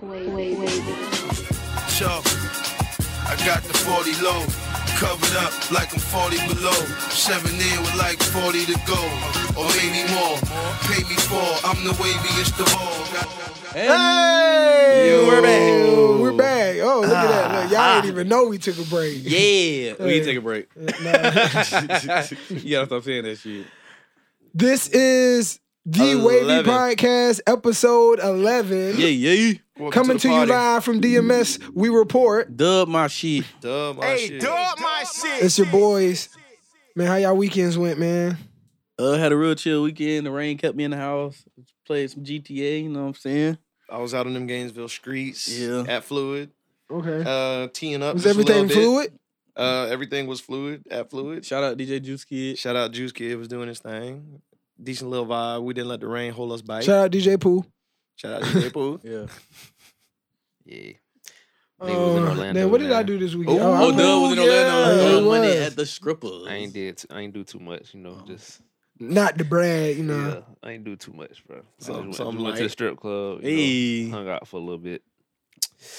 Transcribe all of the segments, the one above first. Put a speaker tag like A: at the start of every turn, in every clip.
A: Wait, wait, wait.
B: Yo, I got the 40 low, covered up like I'm 40 below. Seven in with like 40 to go, or maybe more. Pay me four, I'm the waviest of all.
C: Hey,
D: Yo.
C: we're back. We're back. Oh, look at that. Look, y'all
D: Ah.
C: didn't even know we took a break.
D: Yeah, we
C: Hey.
D: can take a break. you gotta stop saying that shit.
C: This is the Wavy
D: 11.
C: Podcast, episode 11.
D: Yeah, yeah.
B: Welcome
C: Coming
B: the
C: to, you
B: party.
C: live from DMS, we report.
D: Dub my shit.
B: Dub my
E: Hey,
B: shit.
E: dub my shit.
C: It's your boys. Man, how y'all weekends went, man?
D: Uh, had a real chill weekend. The rain kept me in the house. Played some GTA. You know what I'm saying?
B: I was out on them Gainesville streets
D: Yeah.
B: at Fluid,
C: Okay.
B: uh, teeing up.
C: was
B: just a little
C: everything
B: bit.
C: fluid?
B: Uh, everything was fluid at Fluid.
D: Shout out DJ Juice Kid.
B: Shout out Juice Kid was doing his thing. Decent little vibe. We didn't let the rain hold us back.
C: Shout out DJ Pooh.
B: Shout out to Pooh.
D: Yeah.
E: Yeah.
C: Uh,
E: Nigga was in Orlando,
C: man, what did I
E: man.
C: do this weekend?
D: Oh, oh
C: I-
D: Dub was in
B: yeah.
D: Orlando
C: Yeah,
D: on
C: he was.
D: Monday at the strippers.
E: I ain't did. T- I ain't do too much. You know, just
C: not to brag, you know.
E: yeah. I ain't do too much, bro. I
B: Some-
E: just went,
B: some
E: just went to the
B: light.
E: strip club. You
D: Hey.
E: know, hung out for a little bit.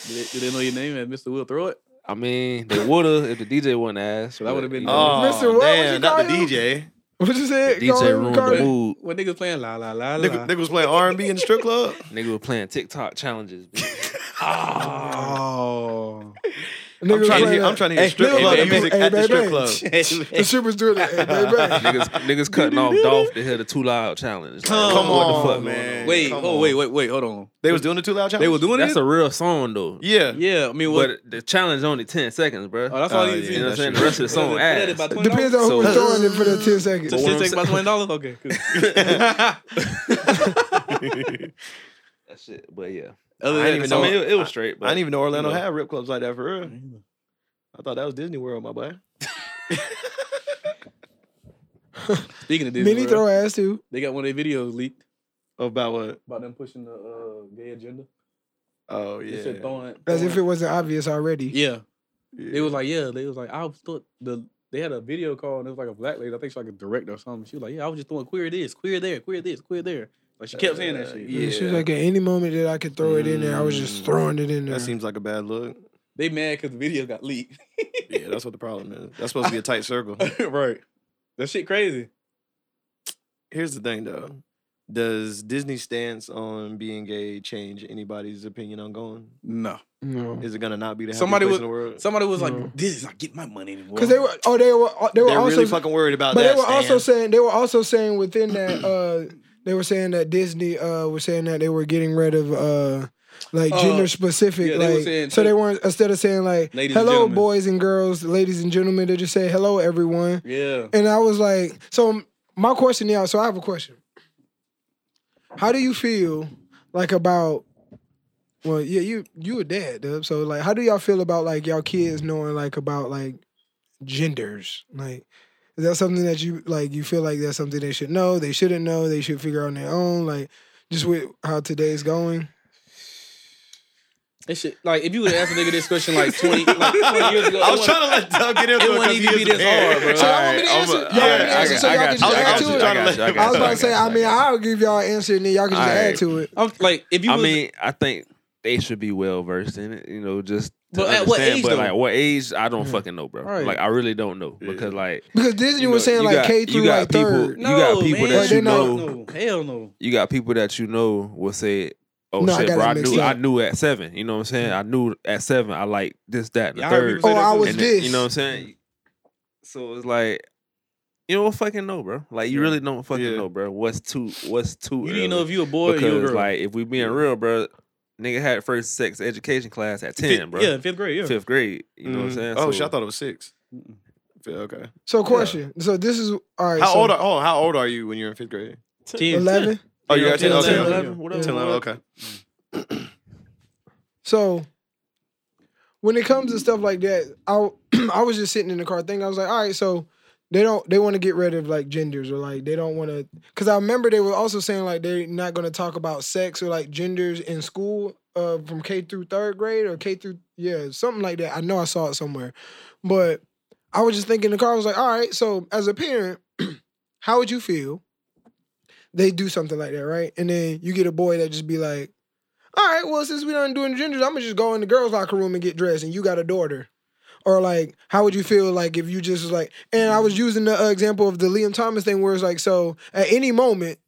D: Did they, did they know your name at Mr. Will Throw It?
E: I mean, they woulda if the DJ wouldn't ask.
D: That would've been-
B: Oh,
C: Mr. What was
B: damn,
C: you
B: not the
C: calling him?
B: DJ.
C: What you
E: the
C: said? Call
E: DJ
C: him
E: ruined
C: Carter?
E: the mood.
D: When niggas playing la la la la.
B: Nigga, nigga was playing R&B in the strip club.
E: Nigga was playing TikTok challenges. bitch.
D: Oh.
C: Nigga
B: I'm
C: was
B: trying to
C: like
B: hear, I'm
C: that.
B: trying to hear
D: Hey,
B: strip
D: hey,
B: club
D: baby.
B: music
C: Hey,
B: at the strip
C: baby.
B: club.
C: The strip was doing that. Hey, baby.
E: niggas, niggas cutting off Dolph to hear the too loud challenge. Like,
D: Come
B: Come
E: what
B: on,
E: the fuck,
B: man.
D: wait,
B: Come
D: oh,
B: on.
D: wait, wait, wait, hold on.
B: They was doing the two loud challenge.
D: They were doing
E: That's
D: it?
E: a real song though.
B: yeah.
D: yeah, I mean, what?
E: But the challenge only ten seconds, bro.
D: oh, that's all
B: Oh,
D: you
B: yeah,
D: see.
E: you know what I'm
B: that's
E: saying?
B: true.
E: The rest of the song ass.
D: Depends on
C: Depends on who
E: So-
C: was throwing it for the 10 seconds.
D: So shit
E: What
D: take about twenty dollars. Okay. cool.
E: That shit. But yeah,
D: Other than
B: I didn't even
D: so,
B: know-
E: I mean, it, it was straight. But
B: I didn't even know Orlando
E: you know.
B: had rip clubs like that for real. I thought that was Disney World, my boy.
D: Speaking of Disney,
C: Mini
D: World,
C: throw ass too.
D: they got one of their videos leaked
B: About what?
D: about them pushing the uh, gay agenda.
B: Oh
D: They
B: yeah.
D: said throwing,
C: As if it
D: throwing-
C: wasn't obvious already.
D: yeah.
B: yeah.
D: They was like, yeah. They was like, I was thought the they had a video call and it was like a black lady. I think she like a director or something. She was like, yeah, I was just throwing queer this, queer there, queer this, queer there. Like she kept saying that
B: Uh,
D: shit.
C: Yeah, She was
B: Yeah.
C: like, at any moment that I could throw it in there, I was just
B: Mm.
C: throwing it in there.
B: that seems like a bad look.
D: They mad because the video got leaked.
B: Yeah, that's what the problem is. That's supposed to be a tight circle.
D: right. That shit crazy.
B: Here's the thing though. Does Disney's stance on being gay change anybody's opinion on going?
D: No.
C: no.
B: Is it gonna not be the happiest
D: Somebody
B: place
D: was-
B: in the world?
D: Somebody was like,
C: No.
D: this is not getting my money anymore.
C: Because they were, oh, they were, they were
B: They're
C: also,
B: really fucking worried about
C: but they
B: that.
C: were also
B: stance.
C: saying, they were also saying within that, uh, they were saying that Disney uh was saying that they were getting rid of uh like
D: Uh,
C: gender specific,
D: yeah, they were
C: like
D: saying
C: so
D: too-
C: they weren't instead of saying like
D: Ladies and
C: hello
D: gentlemen."
C: boys and girls, ladies and gentlemen, they just say hello everyone.
D: yeah.
C: And I was like, so my question now, so I have a question. How do you feel like about well, yeah, you you a dad, dub. So like how do y'all feel about like y'all kids knowing like about like genders? Like is that something that you like you feel like that's something they should know, they shouldn't know, they should figure out on their own, like just with how today's going?
D: That shit, like, if you would ask a nigga this question like 20, like 20 years ago,
B: I was trying to let Doug get into
D: it wouldn't
B: because
D: even
B: he
D: be
B: is
D: this
B: bad.
D: hard, bro.
C: So y'all
E: All
C: want me to
E: right,
C: answer? Y'all want me to answer so y'all
B: all right, I got-
E: I'ma-
B: I
C: can just
B: got you, I
C: add
B: got
C: to
B: you,
C: it?
B: I got you, I got
C: I was
B: you,
C: about
B: I
C: to say, I mean, I'll give y'all an answer and then y'all can just
E: All
C: add
E: right.
C: to it.
D: I'm like, if you
E: I
D: was,
E: mean, I think they should be well versed in it. You know, just to
D: But at what
E: understand,
D: age,
E: But
D: though?
E: like, what age? I don't
C: Yeah.
E: fucking know, bro.
D: Right.
E: Like, I really don't know because, like,
C: Because Disney
E: you know,
C: was saying
E: you
C: like
E: got-
C: K through
E: you got
C: like third.
E: people- you got people
C: that you
E: know-
D: No, hell no.
E: you got people that you know will say, "Oh
C: No, I
E: shit,
C: got
E: bro,
C: that
E: I
C: mixed
E: knew, I
C: up.
E: knew at seven. You know what I'm saying? I knew at seven. I like this, that, and the
D: Yeah, I heard
E: third.
D: people say
C: Oh,
D: that
C: I
D: too.
C: was
E: and then-
C: this.
E: you know what I'm saying? So it's like, you don't fucking know, bro. Like, you
D: Yeah.
E: really don't fucking
B: Yeah.
E: know, bro. What's too, what's too.
D: You didn't
E: early.
D: know if you a boy or you a
E: because
D: girl.
E: like if we being
D: Yeah.
E: real, bro, nigga had first sex education class at ten,
D: Fifth-
E: bro.
D: Yeah, fifth grade, yeah.
E: Fifth grade. You know what I'm
B: Mhm.
E: saying?
B: Oh
E: So-
B: shit, I thought it was six.
D: Mm-mm.
B: Yeah, Okay.
C: So question. So this is all right.
B: How
C: so
B: old are oh, how old are you when you're in fifth grade?
D: Ten.
C: Eleven.
B: Oh, you
D: Yeah,
B: got 10,
D: 10,
B: okay.
D: 11,
B: 11,
D: whatever.
B: 10, 11, okay.
C: So when it comes to stuff like that, I I was just sitting in the car thinking I was like, all right, so they don't they want to get rid of like genders or like they don't want to because I remember they were also saying like they're not going to talk about sex or like genders in school uh from K through third grade or K through yeah something like that. I know I saw it somewhere, but I was just thinking in the car I was like, all right, so as a parent, how would you feel? They do something like that, right? And then you get a boy that just be like, all right, well, since we done doing the genders, I'm gonna just go in the girls' locker room and get dressed, and you got a daughter. Or like, how would you feel like if you just was like? And I was using the uh, example of the Liam Thomas thing, where it's like, so at any moment,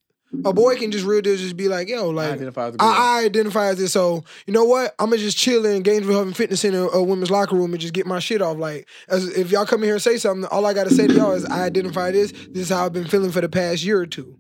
C: a boy can just real deal just be like, yo,
D: I
C: like.
D: identify as a girl.
C: I, I identify as this, so you know what? I'm gonna just chill in Gainesville Health and Fitness Center, a women's locker room, and just get my shit off. Like, as, if y'all come in here and say something, all I gotta say to y'all is, I identify this. This is how I've been feeling for the past year or two.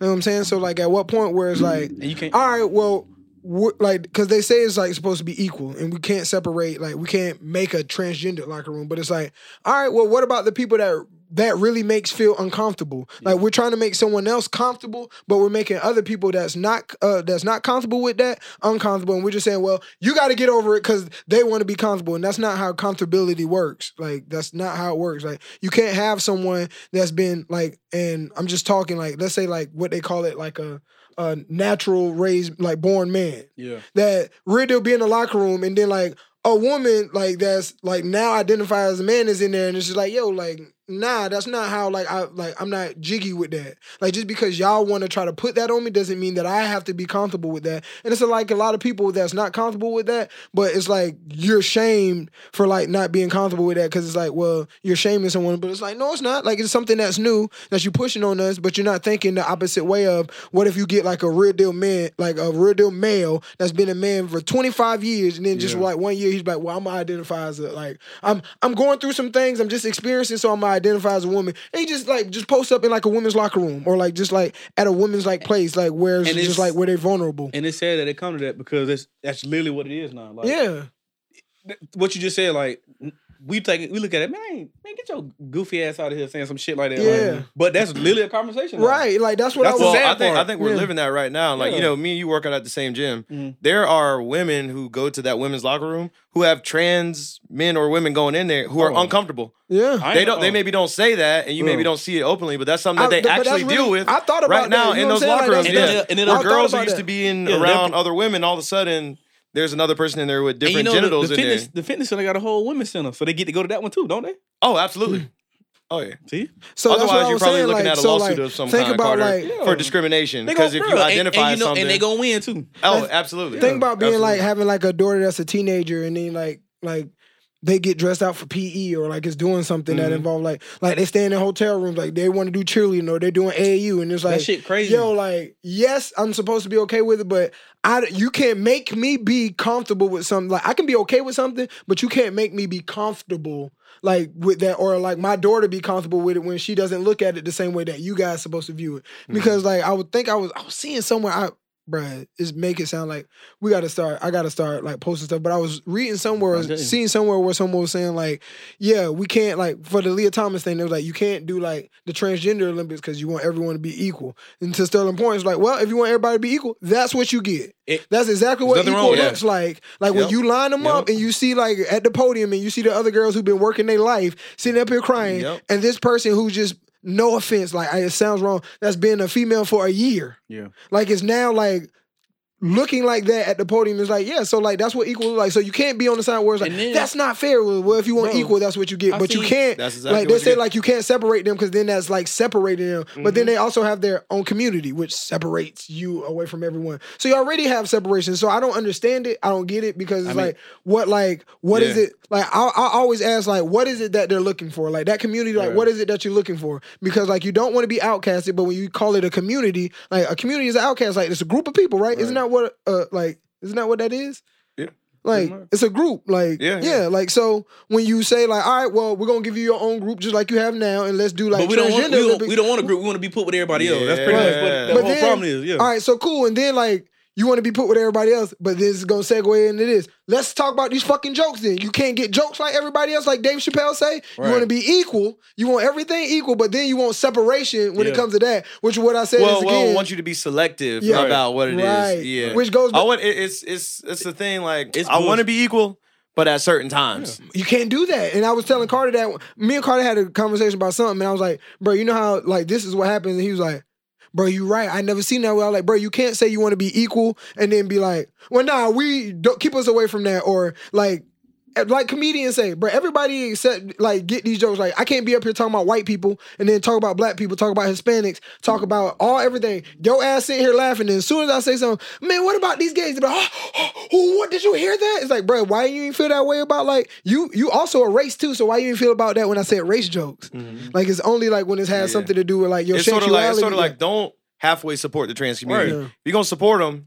C: You know what I'm saying? So, like, at what point where it's like,
D: and you can't.
C: all right, well, we're- like, because they say it's like supposed to be equal, and we can't separate. Like, we can't make a transgender locker room, but it's like, all right, well, what about the people that that really makes feel uncomfortable? Like, we're trying to make someone else comfortable, but we're making other people that's not uh, that's not comfortable with that uncomfortable, and we're just saying, well, you got to get over it because they want to be comfortable, and that's not how comfortability works. Like, that's not how it works. Like, you can't have someone that's been like, and I'm just talking like, let's say like what they call it, like a a natural raised like born man
D: Yeah.
C: that real deal be in the locker room and then like a woman like that's like now identified as a man is in there and it's just like yo like nah that's not how like I like I'm not jiggy with that like just because y'all want to try to put that on me doesn't mean that I have to be comfortable with that and it's like a lot of people that's not comfortable with that but it's like you're shamed for like not being comfortable with that because it's like well you're shaming someone but it's like no it's not like it's something that's new that you're pushing on us but you're not thinking the opposite way of what if you get like a real deal man like a real deal male that's been a man for 25 years and then just
D: Yeah.
C: like one year he's like well i'm gonna identify as a like i'm i'm going through some things i'm just experiencing so i'm gonna identify as a woman and he just like just posts up in like a women's locker room or like just like at a women's like place like where it's
D: And
C: just
D: it's-
C: like where they're vulnerable
D: And it's sad that it come to that because that's that's literally what it is now. Like,
C: yeah
D: th- what you just said, like we take it, we look at it, man, I ain't- man, get your goofy ass out of here saying some shit like that. like,
C: Yeah.
D: but that's literally a conversation. now.
C: right like that's what
D: That's
C: i
D: the
C: was
B: Well,
D: sad
B: I think I
D: part.
B: think we're
C: Yeah.
B: living that right now. Like
D: Yeah.
B: you know, me and you work out at the same gym.
D: Mhm.
B: There are women who go to that women's locker room who have trans men or women going in there who are
D: Oh.
B: uncomfortable.
C: yeah
D: I
B: They
D: ain't-
B: don't. They
D: oh,
B: maybe don't say that, and you maybe
D: Yeah.
B: don't see it openly. But that's something that
C: I-
B: they
C: but that's
B: actually deal
C: really-
B: with
C: I thought about
B: right now
C: that, you
B: in
C: know
B: those
C: what I'm saying? Like,
B: locker rooms.
D: And
C: that's-
B: Yeah,
D: then, and then
C: I
B: or
C: thought
B: girls who
C: about
B: used
C: that.
B: to be in
D: Yeah, they're
B: around
D: pro-
B: other women, all of a sudden there's another person in there with
D: and
B: different
D: you know, the-
B: genitals
D: the,
B: in
D: fitness,
B: there.
D: The fitness center got a whole women's center, so they get to go to that one too, don't they?
B: Oh, absolutely. Oh yeah.
D: See,
C: So that's what
B: Otherwise,
C: I
B: you're
C: was
B: probably
C: saying,
B: looking
C: like,
B: at a
C: so,
B: lawsuit
C: like,
B: of some
C: think
B: kind,
C: about,
B: Carter,
C: like-
B: for discrimination.
D: They gonna-
B: Because if you
D: bro, and-
B: identify
D: and, you know,
B: something,
D: and they gonna win too.
B: oh, absolutely.
C: Think about being
B: Absolutely.
C: like having like a daughter that's a teenager and then like like they get dressed out for PE or like it's doing something that
D: Mhm.
C: involve like like they stay in their hotel rooms like they want to do cheerleading or they're doing AAU and it's like
D: that shit crazy.
C: yo like yes I'm supposed to be okay with it but I you can't make me be comfortable with something like I can be okay with something but you can't make me be comfortable like with that or like my daughter be comfortable with it when she doesn't look at it the same way that you guys supposed to view it because like I would think I was I was seeing somewhere I bruh is make it sound like we gotta start I gotta start like posting stuff but I was reading somewhere
D: Okay.
C: seeing somewhere where someone was saying like yeah we can't like for the Leah Thomas thing they was like you can't do like the transgender Olympics because you want everyone to be equal and to Sterling Point it's like well if you want everybody to be equal that's what you get
D: It-
C: that's exactly what
B: There's nothing wrong
C: equal
B: with that.
C: looks like like when
B: Yep.
C: you line them up
B: Yep.
C: and you see like at the podium and you see the other girls who've been working their life sitting up here crying
B: Yep.
C: and this person who just no offense like I- it sounds wrong that's been a female for a year
D: Yeah.
C: like it's now like looking like that at the podium is like yeah so like that's what equal like so you can't be on the side where it's like
D: And then-
C: that's not fair well well, if you want
D: Bro,
C: equal that's what you get
D: I
C: but you
D: seen-
C: can't
B: That's exactly
C: like they
B: what you
C: say
B: get.
C: like you can't separate them because then that's like separating them but then
B: Mhm.
C: they also have their own community which separates you away from everyone so you already have separation so i don't understand it i don't get it because it's
D: mean-
C: like what like what is
B: Yeah.
C: it like I, I always ask like what is it that they're looking for like that community like
D: Yeah.
C: what is it that you're looking for because like you don't want to be outcasted but when you call it a community like a community is an outcast like it's a group of people right, isn't that what uh like isn't that what that is
B: Yeah.
C: like
D: Pretty much.
C: it's a group like
B: Yeah,
C: yeah like so when you say like all right well we're gonna give you your own group just like you have now and let's do like
D: but we don't, want,
C: transgender
D: we, don't,
C: Olympics.
D: we don't want a group. We want to be put with everybody else. That's pretty much
B: Yeah.
D: what the
C: But
D: whole
C: then-
D: problem is. Yeah.
C: All right, so cool. And then like you want to be put with everybody else, but this is gonna segue into this. Let's talk about these fucking jokes. Then you can't get jokes like everybody else, like Dave Chappelle say. You
D: Right.
C: want to be equal. You want everything equal, but then you want separation when it
D: Yeah.
C: comes to that. Which is what I said
B: well,
C: is
B: well,
C: again.
B: I want you to be selective
C: Yeah.
B: about what it is.
C: right.
B: Yeah,
C: Which goes.
B: I
C: Back,
B: want it, it's it's it's the thing. Like
D: It's
B: I want to
D: bullshit.
B: be equal, but at certain times.
C: you can't do that. And I was telling Carter that me and Carter had a conversation about something, and I was like, "Bro, you know how like this is what happens." And he was like. Bro, you right. I never seen that. Where I was like, bro, you can't say you want to be equal and then be like, well, nah, we don't keep us away from that, or like like comedians say, bro, everybody except like get these jokes. Like, I can't be up here talking about white people and then talk about black people, talk about Hispanics, talk about all everything. Your ass sitting here laughing, and as soon as I say something, man, what about these gays? They be like, oh, oh, what did you hear that? It's like, bro, why you ain't feel that way about like you? You also a race too, so why you ain't feel about that when I said race jokes? Like, it's only like when it has
F: Yeah.
C: something to do with like your
B: Mm-hmm. It's sort of like it's sort of
C: sexuality.
B: like don't halfway support the trans community.
C: Yeah.
B: If you're gonna support them,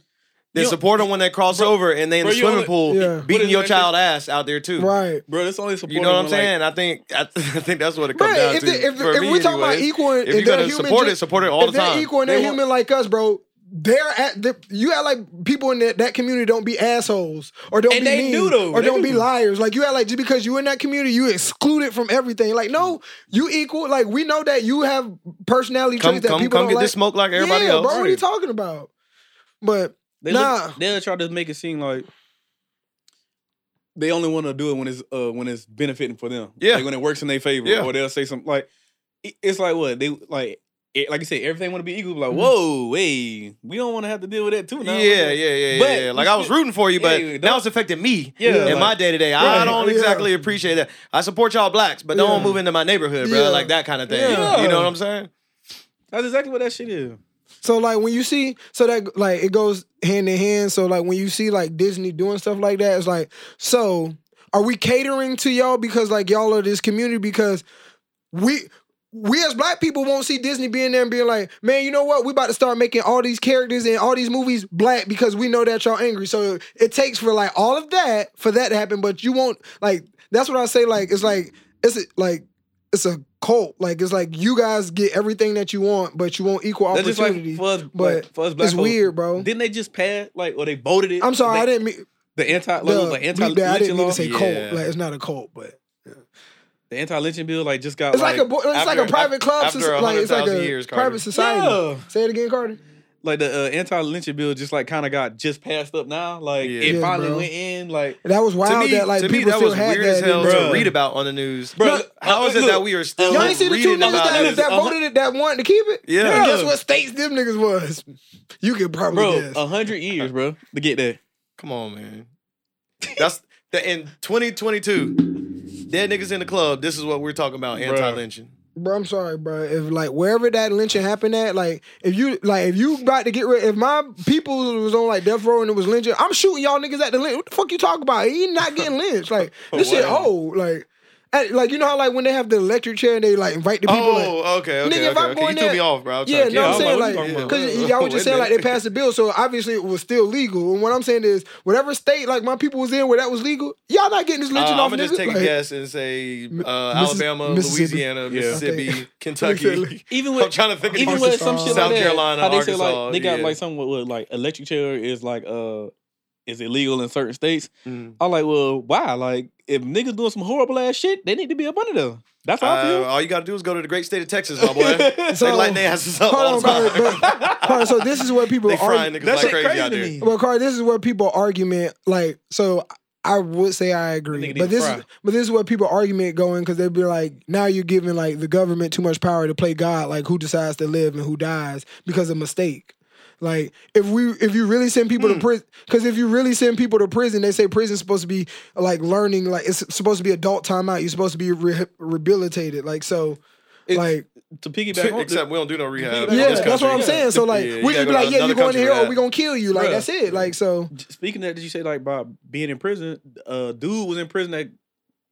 B: then
D: You-
B: support them when they cross
D: Bro-
B: over and they in
D: bro,
B: the
D: you
B: swimming
D: only-
B: pool
C: Yeah.
D: But
B: beating
D: it's
B: your
D: like-
B: child ass out there too.
C: right.
D: bro. That's only support.
B: You know what I'm saying? I think I, I think that's what it comes
C: Bruh,
B: down
C: if,
B: to.
C: they- if,
B: for
C: if
B: me
C: we're talking about
B: anyways.
C: equal, and
B: if you're
C: they're
B: gonna
C: human
B: support
C: ju-
B: it, support it all
C: if
B: the time.
C: They're equal and they're
B: They want-
C: human like us, bro. They're at the, you act like people in that, that community don't be assholes or don't
D: And
C: be
D: they
C: mean
D: do, though.
C: or
D: They
C: don't
D: do.
C: be liars. Like you act like just because you in that community, you excluded from everything. Like no, you equal. Like we know that you have personality
B: Come,
C: traits that
B: come,
C: people
B: come
C: don't
B: get
C: like.
B: this smoke like everybody
C: yeah,
B: else.
C: bro. What are you talking about? But
D: They
C: Nah.
D: look, they'll try to make it seem like they only want to do it when it's uh, when it's benefiting for them.
B: Yeah.
D: like when it works in their favor.
B: Yeah.
D: or they'll say something like it- it's like what they like. It, like you said, everything want to be equal. Like,
C: Mm-hmm.
D: whoa, hey, we don't want to have to deal with that too. Now.
B: yeah, yeah, yeah,
D: But
B: yeah, yeah. Like
D: you
B: I was
D: still-
B: rooting for you, but
D: Yeah, don't-
B: now it's affecting me
D: Yeah,
B: in
D: like-
B: my day to day.
C: Right,
B: I don't
C: yeah.
B: exactly appreciate that. I support y'all blacks, but don't
C: Yeah.
B: move into my neighborhood, bro.
C: Yeah.
B: Like that kind of thing.
D: Yeah.
B: You know what I'm saying?
D: That's exactly what that shit is.
C: So like when you see so that like it goes hand in hand. So like when you see like Disney doing stuff like that, it's like, so are we catering to y'all because like y'all are this community because we we as black people won't see Disney being there and being like, man, you know what? We about to start making all these characters and all these movies black because we know that y'all angry. So it takes for like all of that for that to happen, but you won't like that's what I say, like it's like it's like it's a cult. Like it's like you guys get everything that you want, but you won't equal
D: That's just like
C: opportunity.
D: for us, but
C: but
D: for us black
C: it's
D: folks,
C: weird, bro.
D: Didn't they just pass like or they voted it?
C: I'm sorry,
D: They-
C: I didn't mean
D: The anti, like,
C: the,
D: the anti,
C: bleep that, I didn't mean to say
B: law?
C: cult.
B: Yeah.
C: Like it's not a cult, but
D: the anti-lynching bill, like just got
C: it's like, a bo- it's like a
B: after-
C: private club,
B: after
C: soci- like it's like
B: 100,000
C: a
B: years, Carter.
C: private society.
D: Yeah.
C: Say it again, Carter.
D: like the uh, anti-lynching bill just like kind of got just passed up now. Like
B: Yeah.
D: it
C: Yeah,
D: finally
C: bro.
D: went in. Like
C: That was
B: To
C: wild
B: me,
C: that like
B: to
C: people
B: me, that
C: still
B: was
C: had
B: weird
C: that.
B: as hell
C: in- uh,
B: to
D: Bruh.
B: read about on the news.
D: Bro,
B: How is it
D: look,
B: that we are still
C: Y'all ain't see the two
B: reading
C: niggas
B: about
C: that,
B: this?
C: that voted it Uh-huh. that wanted to keep it?
B: Yeah. uh,
C: And guess what states them niggas was? You could probably
D: bro,
C: guess.
D: a hundred years, bro, to get that.
B: Come on, man. That's the, in 2022. Dead niggas in the club. This is what we're talking about. Anti lynching.
C: Bro, I'm sorry, bro. If like wherever that lynching happened at, like if you like if you about to get rid, if my people was on like death row and it was lynching, I'm shooting y'all niggas at the lynch. What the fuck you talking about? He not getting lynched. Like this shit
B: Wow.
C: old. Like, at- like you know how like when they have the electric chair and they like invite the people. like,
B: Oh, okay, okay,
C: Nigga, if
B: okay.
C: I'm
B: okay.
C: going
B: you threw
C: there-
B: me off, bro. I was
C: Yeah,
B: trying to
C: no,
B: get
C: I'm
B: out.
C: saying
D: like, what you
C: like
D: talking
C: because y'all was just saying like they passed the bill, so obviously it was still legal. And what I'm saying is whatever state like my people was in where that was legal, y'all not getting this
B: Uh,
C: lynching
B: I'm
C: off
B: gonna
C: niggas.
B: just take
C: like,
B: a guess and say uh,
C: Missis-
B: Alabama,
C: Mississippi.
B: Louisiana,
D: Yeah.
B: Mississippi,
C: Okay.
B: Kentucky.
D: Even
B: I'm
D: with
B: trying to think
D: even
B: of
D: with some
C: Arkansas,
D: shit
B: South
D: like that,
B: Carolina,
D: how they say
B: Arkansas,
D: like they got
B: yeah.
D: like something with, with, like electric chair is like uh is illegal in certain states.
B: Mm.
D: I'm like, well, why? Like if niggas doing some horrible ass shit, they need to be up under them. That's how
B: Uh,
D: I
B: all you gotta do is go to the great state of Texas, my
D: feel.
B: boy.
C: So-
B: they lighting their asses up all
C: Hold on,
B: the time.
C: Carter, but- Carter, so this is where people
B: they
C: argue.
B: frying niggas
D: that
B: like
D: shit
B: crazy,
D: crazy
B: out
D: to
B: there.
D: me.
C: Well, Carter, this is where people argument like so. I would say I agree,
D: Nigga need
C: but
D: to
C: this
D: fry.
C: is, but this is where people argument going because they'd be like, now you're giving like the government too much power to play God, like who decides to live and who dies because of mistake. Like if we if you really send people
B: Hmm.
C: to prison, because if you really send people to prison, they say prison's supposed to be like learning, like it's supposed to be adult time out. You're supposed to be re- rehabilitated, like so,
D: It's-
C: like
D: to piggyback on
B: Except we don't do no rehab. in
C: yeah,
B: this
C: that's what I'm
B: country.
C: saying. So like
B: Yeah, you
C: we just be
B: gotta go to
C: like, yeah,
B: another
C: you going
B: country
C: in here
B: for
C: or
B: that.
C: we gonna kill you, like
D: Bruh.
C: that's it, like so.
D: speaking of that, did you say like by being in prison? Uh, dude was in prison that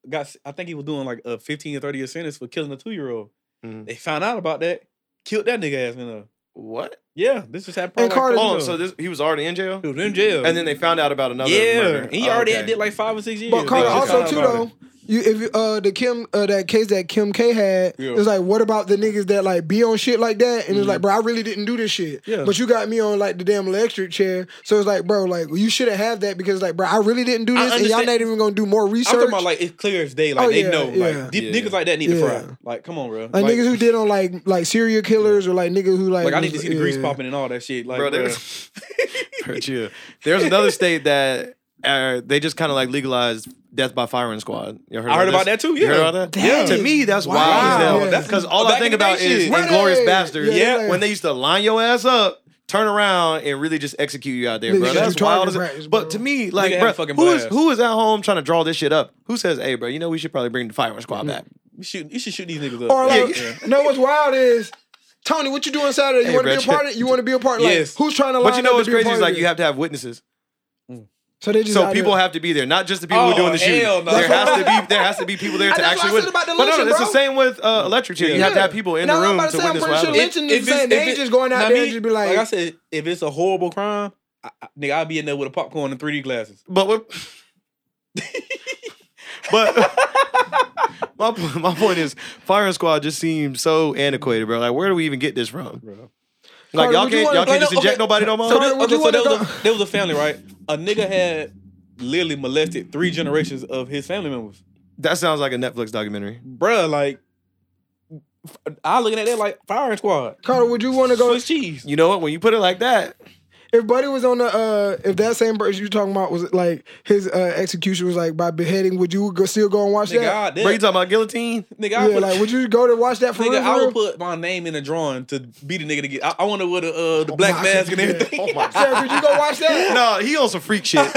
D: got. I think he was doing like a fifteen or thirty year sentence for killing a two year old.
B: Mhm.
D: They found out about that, killed that nigga ass in there.
B: What?
D: Yeah, this just happened.
C: And
D: probably,
C: Carter-
D: like,
B: Hold
D: three
B: on. Oh, So
D: years ago.
B: this he was already in jail,
D: he was in jail,
B: and then they found out about another.
D: yeah,
B: murder.
D: and he already
B: Okay.
D: did like five or six years.
C: But Carter
D: They just
C: also
D: found
C: too
D: out about
C: though.
D: it.
C: You, if you, uh the Kim uh, that case that Kim K had,
D: Yeah.
C: it's like what about the niggas that like be on shit like that and it's like bro I really didn't do this shit,
D: Yeah.
C: but you got me on like the damn electric chair, so it's like bro like you shouldn't have that because like bro I really didn't do
D: I
C: this and y'all
D: understand-
C: not even gonna do more
D: I'm
C: research.
D: talking about like it's clear as day. Like
C: Oh,
D: they
C: yeah,
D: know,
C: yeah.
D: like deep,
B: Yeah.
D: niggas like that need to
C: Yeah.
D: fry. Like come on, bro.
C: Like, niggas who did on like like serial killers or like niggas who like
D: like I need to
C: was-
D: see the grease
C: yeah.
D: popping and all that shit. Like
B: bro,
D: bruh.
B: there's, Bro, chill. there's another state that uh, they just kind of like legalized death by firing squad. You heard,
D: I heard about
B: this?
D: that too. Yeah,
B: You heard about that?
C: That
B: To
C: is
B: me, that's
C: wild.
B: wild as hell.
C: Yeah.
B: That's because all
D: Back
B: I think
D: in the day
B: about is
D: shit.
B: Inglorious
C: Right.
B: Bastards.
C: Yeah,
B: Yeah,
C: yeah.
B: when they used to line your ass up, turn around and really just execute you out there,
C: Niggas
B: bro.
C: just
B: That's
C: do
B: wild.
C: target
B: as-
C: practice, bro.
B: But to me, like,
D: had
B: bro,
D: a fucking
B: who is
D: blast.
B: who is at home trying to draw this shit up? Who says, "Hey, bro, you know we should probably bring the firing squad back"?
D: You shoot. You should shoot these niggas up.
C: Or like,
D: yeah.
C: no, what's wild is Tony. What you doing Saturday? You
B: Hey,
C: want to be a
B: Reggie.
C: part of? it? You want to be a part? Like,
D: Yes.
C: Who's trying to? Line
B: But you know
C: up to
B: what's
C: be a
B: crazy
C: part
B: is
C: of
B: like
C: it?
B: you have to have witnesses,
C: So they just
B: so
C: out
B: people
C: there.
B: have to be there, not just the people who are
D: Oh,
B: doing the shooting.
D: hell no.
B: There
C: That's
B: has to
C: what I'm-
B: be there has to be people there
C: I-
B: to
C: that's what I
B: actually
C: said
B: witness.
C: about the
B: But no, no,
C: lynching,
B: it's the
C: bro.
B: same with uh, electric chair. You
C: Yeah.
B: have to have people in
C: No,
B: the
C: I'm
B: room
C: about to
B: to
C: say, I'm
B: witness
C: pretty
B: what
C: sure
B: happens.
C: Lynch and them saying, they
D: it-
C: just going out
D: now
C: there
D: me-
C: and just be like-
D: I said, if it's a horrible crime, I, I, nigga, I'll be in there with a popcorn and 3D glasses.
B: But what? but my point, my point is, firing squad just seems so antiquated, bro. Like, where do we even get this from?
D: Bro.
B: Like,
C: Carter,
B: y'all
C: would you
B: can't
C: wanna-
B: y'all
C: Wait,
B: can't just
D: no,
B: inject
D: okay.
B: nobody no more.
D: So,
C: Carter,
D: there,
C: would
D: okay, Oh,
C: you
D: so
C: wanna
D: there, was
C: go-
D: a, there was a family, right? A nigga had literally molested three generations of his family members.
B: that sounds like a Netflix documentary.
D: Bruh, like, f- I looking at that like firing squad.
C: Carter, would you want to go
D: Swiss cheese.
B: You know what? When you put it like that,
C: if Buddy was on the uh if that same person you talking about was like his uh execution was like by beheading, would you go, still go and watch
D: Nigga,
C: that?
D: I,
B: bro, you
D: that,
B: talking about guillotine?
D: nigga,
C: yeah,
D: I put,
C: like would you go to watch that for
D: nigga,
C: real?
D: I
C: for
D: would
C: real?
D: put my name in a drawing to be the nigga to get. I, I wonder what the, uh, the black
C: Nah,
D: mask and
C: yeah.
D: everything.
C: Oh my Sarah, could you go watch that?
B: No, he on some freak shit.